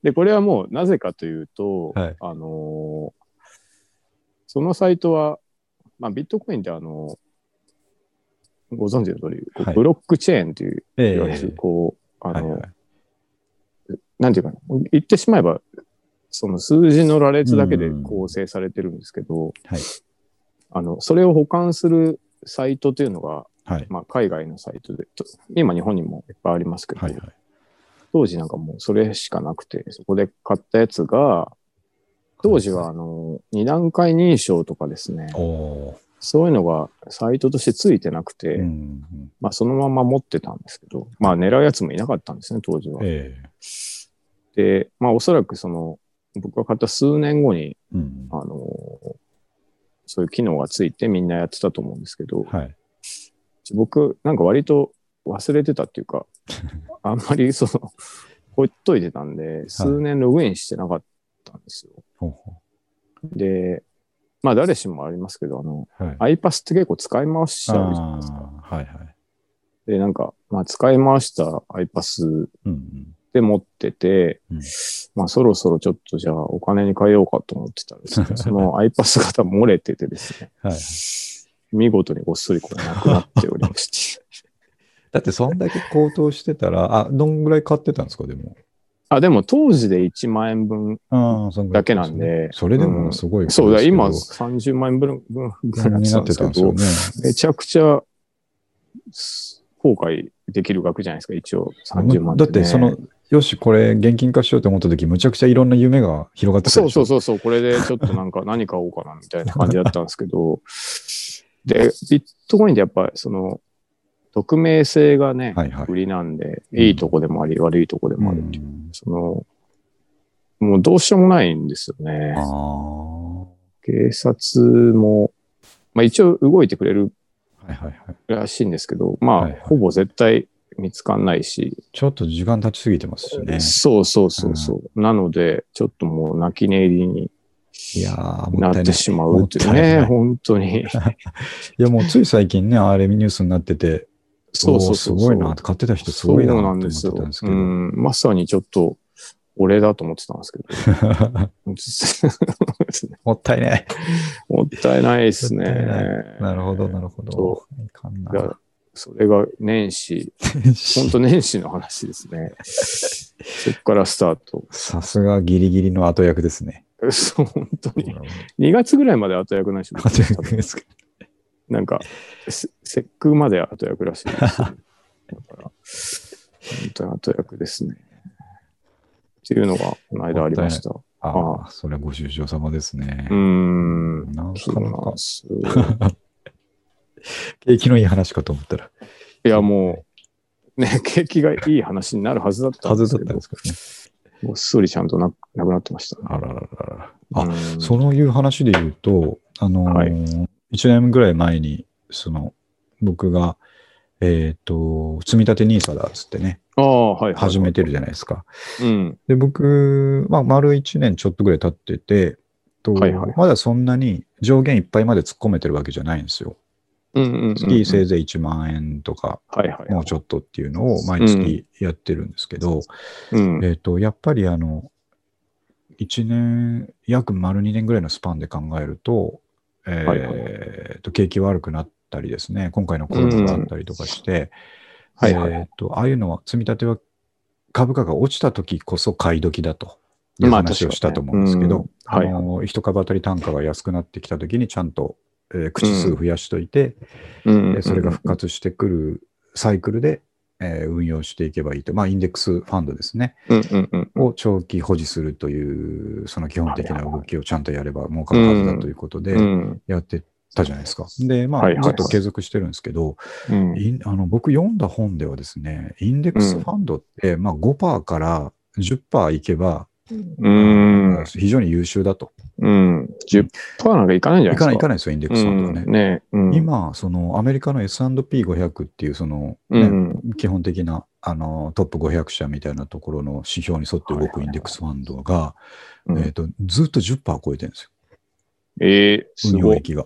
で、これはもうなぜかというと、はいあのーそのサイトは、まあ、ビットコインってあのご存知の通り、こうはいブロックチェーンという、えいわゆるこう、あはいの、はいなんていうかな、言ってしまえば、その数字の羅列だけで構成されてるんですけど、はいあの、それを保管するサイトというのが、はいまあ、海外のサイトで、と今日本にもいっぱいありますけど、はいはい。当時なんかもうそれしかなくて、そこで買ったやつが、当時はあの、二段階認証とかですね、おおそういうのがサイトとしてついてなくて、ー。うんうん。まあそのまま持ってたんですけど、まあ狙うやつもいなかったんですね、当時は。ええで、まあおそらくその、僕が買った数年後に、うんあのそういう機能がついてみんなやってたと思うんですけど、はい。僕なんか割と忘れてたっていうかあんまりそのほっといてたんで数年ログインしてなかったんですよ、ほうほでまあ誰しもありますけどあのう。はい。 iPass って結構使い回しちゃうじゃないですかあーはいはい。でなんか、まあ、使い回した iPass うんうん。で持ってて、うんまあそろそろちょっとじゃあお金に変えようかと思ってたんです *laughs* けどその iPass 型漏れててですねはい。見事にごっそりこうなくなっておりまして *laughs* だってそんだけ高騰してたら、あ、どんぐらい買ってたんですか、でも。あでも当時で1万円分ああ、そんぐらいだけなんでそれでもすごい、そうだ、今そ30万円分分ぐらいににななっっててたたんんでですすけよ、どね。めちゃくちゃす後悔できる額じゃないですか、一応30万だで、っね。てその、よし、これ現金化しようと思った時、むちゃくちゃいろんな夢が広がってたそでうしそょうそうそう、これでちょっとなんか何買おうかなみたいな感じだったんです *laughs* けど、で、ビットコインってやっぱその、匿名性がね、はいはい。売りなんで、うんいいとこでもあり、悪いとこでもあるっていう、うんその、もうどうしようもないんですよね。ああ。警察も、まあ一応動いてくれるはいはいはい。らしいんですけど、まあ、はいはいほぼ絶対見つかんないし、ちょっと時間経ちすぎてますしね。そうそうそうそう、なので、ちょっともう泣き寝入りにいやー、もなったっいなてい。しまうっていうもったいね、ない本当に。いや、もうつい最近ね、あれニュースになってて、そうそうそうそう。おーすごいな、買ってた人すごいなそうとな思んってですたよ。んですけうど。ん、まさにちょっと、俺だと思ってたんですけど *laughs* もったいない。もったいないですねもったいな。なるほど、なるほどそ。いかんいやな。それが年始、本当年始の話です *laughs* ね。そこからスタート。さすがギリギリの後役です *laughs* ね。そう、本当に。後2月ぐらいまで後役ないでしょ。役ですか。なんか、せ節句まで後役らしいです。だから、本当に後役ですね。っていうのが、この間ありました。うああ、それはご愁傷様ですね。ーん。なんかそうななんかで、す。景気のいい話かと思ったら、いや、もう、ね、 *laughs* 景気がいい話になるはずだったはんでずすだけったどんで、すけどね。ごっそりちゃんとななくなってましたね。あららららら。あうんそういう話で言うと、あのーはい1年ぐらい前に、その、僕が、えっ、と、積み立て NISA だっつってね、ああ、はい、はい。始めてるじゃないですか。うん。で、僕、まあ、丸1年ちょっとぐらい経ってて、とはいはいまだそんなに上限いっぱいまで突っ込めてるわけじゃないんですよ。うんうんうんうん。月せいぜい1万円とか、はいはい。もうちょっとっていうのを毎月やってるんですけど、うん。えっ、と、やっぱりあの、1年、約丸2年ぐらいのスパンで考えると、えーはいはと景気悪くなったりですね、今回のコロナがあったりとかして、はいはいえっと、ああいうのは、積み立ては株価が落ちた時こそ買い時だと。いうまあ話をしたと思うんですけど、確かにねうんあの一株当たり単価が安くなってきた時にちゃんと、えー口数増やしといて、うんでそれが復活してくるサイクルで、えー運用していけばいいと。まあ、インデックスファンドですね。うんうんうん。を長期保持するという、その基本的な動きをちゃんとやれば儲かるはずだということうで、んやってたじゃないですか。で、まはいはいあ、はいずっと継続してるんですけど、うん。インあの僕読んだ本ではですね、インデックスファンドって、まあ、5%から10%いけば、うん。非常に優秀だと。うん。10%なんかいかないんじゃないいでかすか。ないいかないですよ、インデックスファンドはね。うんね。うん、今、そのアメリカの S&P500 っていう、その、うねん基本的なあのトップ500社みたいなところの指標に沿って動くインデックスファンドが、うんえー、とずっと10%超えてるんですよ。えー、す運ご用い。益が。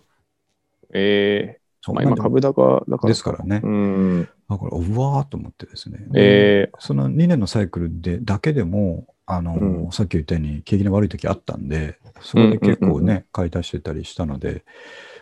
えそー、うまあ今なん株高だから。ですからね。うん。だから、うわーっと思ってですね。えその2年のサイクルでだけでも、あのうんさっき言ったように景気の悪い時あったんで、それで結構ね、うんうんうん買い足してたりしたので、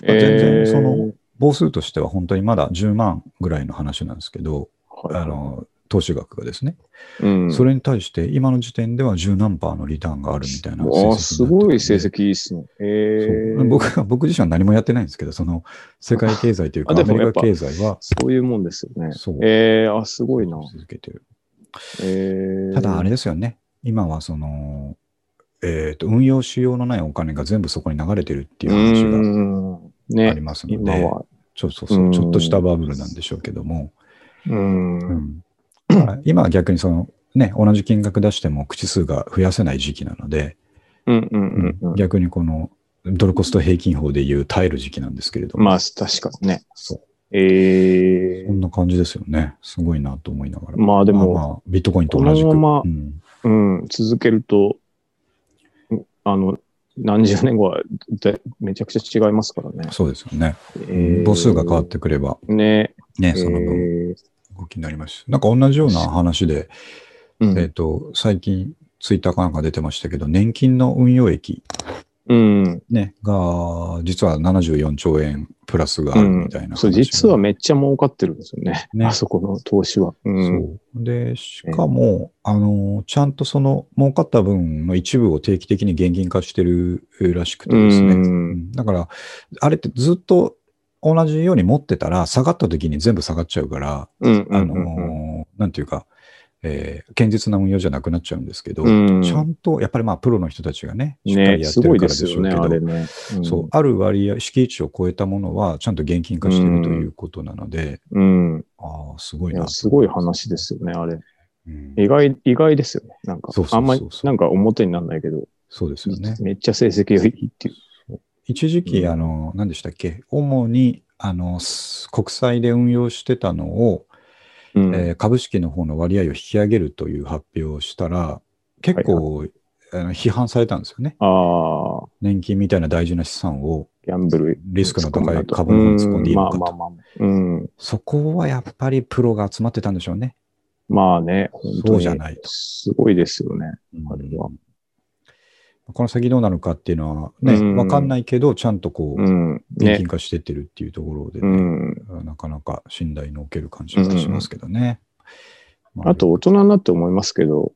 ー、まあ全え然ーその、母数としては本当にまだ10万ぐらいの話なんですけど、はいあの投資額がですね、うん、それに対して今の時点では十何パーのリターンがあるみたいな成績になってるんあであ、すごい成績いいっすね。えそうー、僕は僕自身は何もやってないんですけど、その世界経済というか、アあでメもリやっカぱ経済はそういうもんですよね。そうえー、あ、すごいな。続けてる。えー、ただ、あれですよね、今はその、えーと運用しようのないお金が全部そこに流れてるっていうう話ん。があねり。ますの今で、は。ちょそうそううんちょっとしたバブルなんでしょうけども、うん。うんだから今は逆にその、ね、同じ金額出しても口数が増やせない時期なので、うんうんうん。うん、逆にこのドルコスト平均法でいう耐える時期なんですけれども、まあ、確かにね。そうえこんな感じですよね。すごいなと思いながら。ー、まあでも、まあまあビットコインと同じく。このままうんうん、続けると、んあの、何十年後はだめちゃくちゃ違いますからね。そうですよね。えー母数が変わってくれば、ね、ね、その分えー動きになりますし。なんか同じような話で、うんえっと、最近ツイッターかなんか出てましたけど、年金の運用益、うん、ね、が、実は74兆円プラスがあるみたいな話が、うんそう、実はめっちゃ儲かってるんですよね。ねあそこの投資は。うん、そうで、しかも、あの、ちゃんとその儲かった分の一部を定期的に現金化してるらしくてですね。ううんんだから、あれってずっと同じように持ってたら、下がった時に全部下がっちゃうから、うん、あの、うんなんていうか、えー堅実な運用じゃなくなっちゃうんですけど、うんちゃんと、やっぱりまあ、プロの人たちがね、しっかねりやっすてごるいかでらですしょようね、けあどれ、ね。んそう、ある割合、敷地を超えたものは、ちゃんと現金化してるということなので、うん。ああ、すごいいやな。すごい話ですよね、あれ。うん意外、意外ですよね。なんかそうそう、そうそうあんまり、なんか表にならないけど、そうですよね。めっちゃ成績がいいっていう。一時期、うんあの、何でしたっけ、主に、あの、す国債で運用してたのを、うんえー株式の方の割合を引き上げるという発表をしたら、結構、あの批判されたんですよね。ああ、年金みたいな大事な資産をギャンブル。リスクの高い株に突っ込んでいいのかうまあと。まあまあ。うん。そこはやっぱりプロが集まってたんでしょうね。まあね、本当にそうじゃないとすごいですよね。あれはこの先どうなるかっていうのはね、うんわかんないけど、ちゃんとこう、うん。現ね金。化してってるっていうところでうね、ん。なかなか信頼のおける感じがしますけどね。まあと、、大人になって思いますけど、はい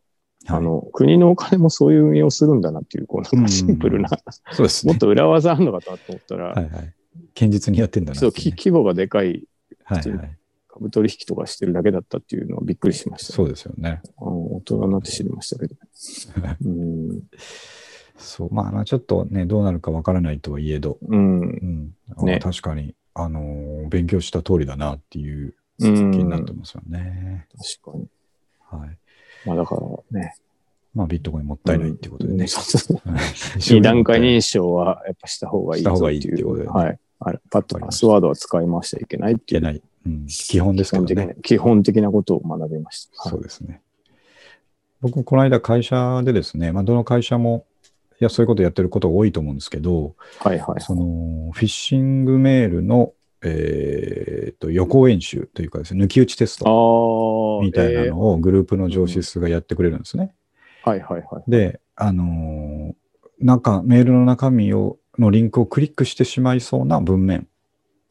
あの、国のお金もそういう運用するんだなっていう、こう、なんかシンプルな、そうですね。もっと裏技あるのかなと思ったら、はいはい。堅実にやってんだなってそね、う、き規模がでかいはいはい。か株取引とかしてるだけだったっていうのはびっくりしました、そね。うですよね。あの大人になって知りましたけど。うん。そう。まあまあ、ちょっとね、どうなるかわからないとはいえど、うん。うん。あね確かに、あのー勉強した通りだなっていうう気んになってますよね。確かに。はい。まあだからね。まあ、ビットコインもったいないっていうことでね。そうそ *laughs* うそうはい二段 *laughs* 階認証はやっぱした方がいいぞっしてた方がいいっていいうう。ことだよねはい。あれパッとパスワードは使いましちゃいけないっいてけいう。ない。うん、基本ですけど基本的ね。な基本的なことを学びました。そうですね。僕もこの間会社でですね、まあ、どの会社も、いや、そういうことやってることが多いと思うんですけど、はいはい。その、フィッシングメールの、えーと、予行演習というかですね、抜き打ちテスあトあ。みたいなえーのをグループの上司数がやってくれるんですね。はいはいはい。で、あのー中、メールの中身を、のリンクをクリックしてしまいそうな文面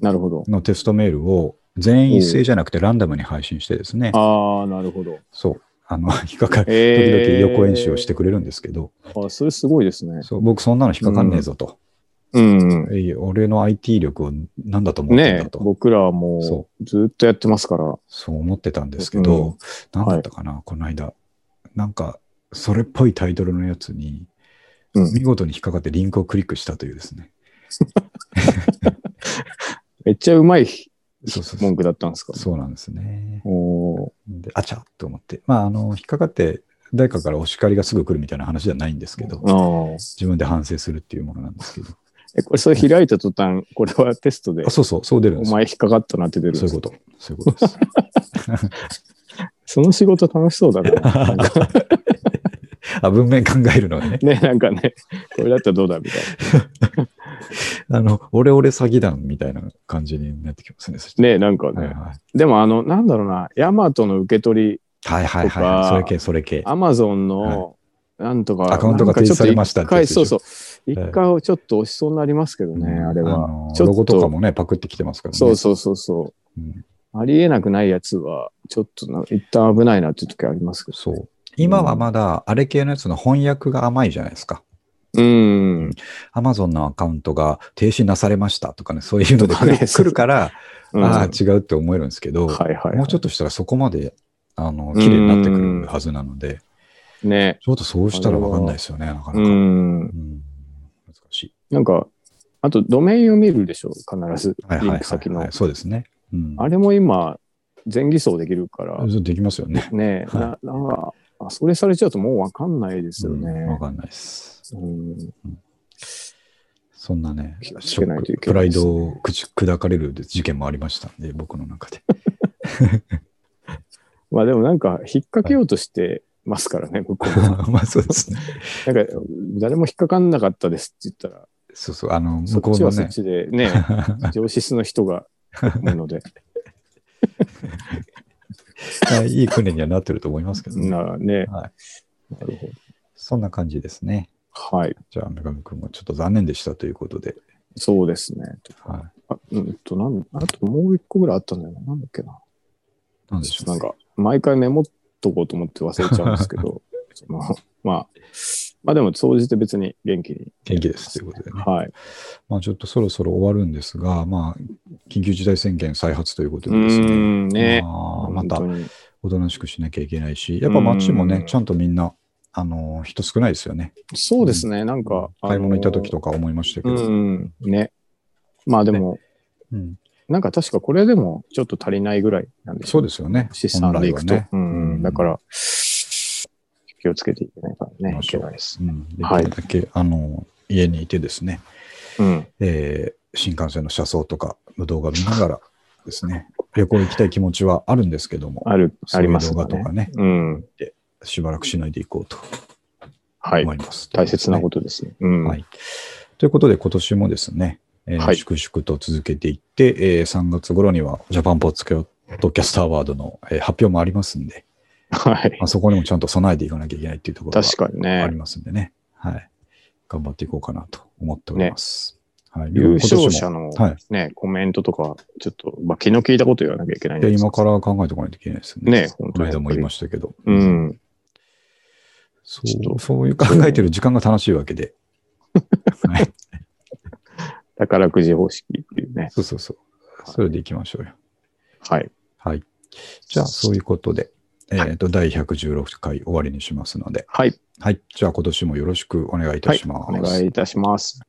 なるほど。のテストメールを全員一斉じゃなくてランダムに配信してですね、ああ、なるほど。そう。あの、 *laughs* 引っかかる。時々えー、予行演習をしてくれるんですけど、あそれすごいですね。そう僕そんなの引っかかんねえぞと。うん。えい俺の IT 力を何だと思ってんねえだと。僕らはもそうずっとやってますから。そう思ってたんですけど、何だったかな、この間。なんか、それっぽいタイトルのやつに、うん見事に引っかかってリンクをクリックしたというですね。めっちゃうまいそうそうそう文句だったんですか。そうなんですね。おーで、あちゃっと思って。まあ、あの、引っかかって、誰かからお叱りがすぐ来るみたいな話じゃないんですけど、あー自分で反省するっていうものなんですけど。えこれ、それ開いた途端、これはテストであ、、そうそう、そう出るんおですよ前引っかかったなって出るんそでういうすこか。と。そういうことです。その仕事楽しそう *laughs* だな。なんかあ文面考えるのはね。ね、なんかね、これだったらどうだみたいな。あの、オレオレ詐欺団みたいな感じになってきますね。そしてね、なんかはいね。はいでも、あの、なんだろうな、ヤマトの受け取り、はいはいとはい。それか系、それ系。アマゾンの、なんとか、アカウントが停止されましたなってんかやつでしちょっと一回、そょうそう。一回ちょっと押しそうになりますけどね、うんあれは。のちょっとロゴとかもね、パクってきてますからね。そうそうそうそう。うんありえなくないやつは、ちょっとな一旦危ないなっていう時ありますけど。そう今はまだ、あれ系のやつの翻訳が甘いじゃないですか。うん。アマゾンのアカウントが停止なされましたとかね、そういうので来るとかね来るから、うんああ、違うって思えるんですけど、はいはい、もうちょっとしたらそこまで、あの、綺麗になってくるはずなので、と。ね。ちょっとそうしたらわかんないですよね、なかなか。うん。うん難しい。なんか、あとドメインを見るでしょ、必ず。はいはいリはンいク先はのい。。そうですね。うん、あれも今、前偽装できるから、そうできますよね。ね、はいななんか、あそれされちゃうともうわかんないですようんわね。かんないです。うん。そんなね、気をつけないといけプなラいイですねドをくち砕かれる事件もありましたんで、僕の中で。 *laughs* まあでもなんか、引っ掛けようとしてますからね、向こうは。まあそうですね。なんか、誰も引っかかんなかったですって言ったら、そうそう、あの、そ *laughs* 向こっうちのはそっね、ち *laughs* でね、上質の人が思うので、 *laughs* いい訓練にはなってると思いますけどね。なあね、はい、なるほそんな感じですね。ど。はい、じゃあ、女神くんもちょっと残念でしたということで。そうですね。はあうんと、なんあともう一個ぐらいあったんだよな。なんだっけな。い。なんでちょしっょとうなんか、毎回メモっとこうと思って忘れちゃうんですけ *laughs* ど、そのまあ、まあでも、総じて別に元気に。元気ですということでね。はい。まあちょっとそろそろ終わるんですが、まあ、緊急事態宣言再発ということうでですね。ん、ね。まあま本た当におとなしくしなきゃいけないし、やっぱ街もうねん、ちゃんとみんな、あのー人少ないですよね。そうですね。なんか、買い物行った時ととか思いましたけうど。ん、ね。まあでも、うんなんか確かこれでもちょっと足りないぐらいなんでしょそうですよね。資産でいく本来と。はねうんうんだから、気をつけていけないからね。まいあけそうないで。ですす。うん、できはいるだけ、あのー家にいてですね、うん。えー新幹線の車窓とかの動画見ながらですね、旅行行きたい気持ちはあるんですけども、ある、そあういりまうす動か画らとね。かね、うん。しばらくしないでいこうとはい思。います。大切なこととですね。うん。はい。ということで、今年もですね、えーはい粛々と続けていって、えー3月頃にはジャパンポッツキャストアワードの、えー発表もありますんで、はいまあ、そこにもちゃんと備えていかなきゃいけないっていうところ確がかにあねり。ますんでね。はい。頑張っていこうかなと思っております。はい。優勝者の。のはい。ね、コメントとか、ちょっと、まあ、気の利いたこと言わなきゃいけないんいやです今から考えておかないといけないですね。ね本当このに間も言いましたけど。うん。そちょっとうそういう考えてる時間が楽しいわけ *laughs* で。はい。宝くじ方式っていうね。そうそうそう。それでいきましょうよ。はい。はい。じゃあ、そういうことで、えっ、と、第116回終わりにしますので、はい。はい。じゃあ、今年もよろしくお願いいたはいします。お願いいたします。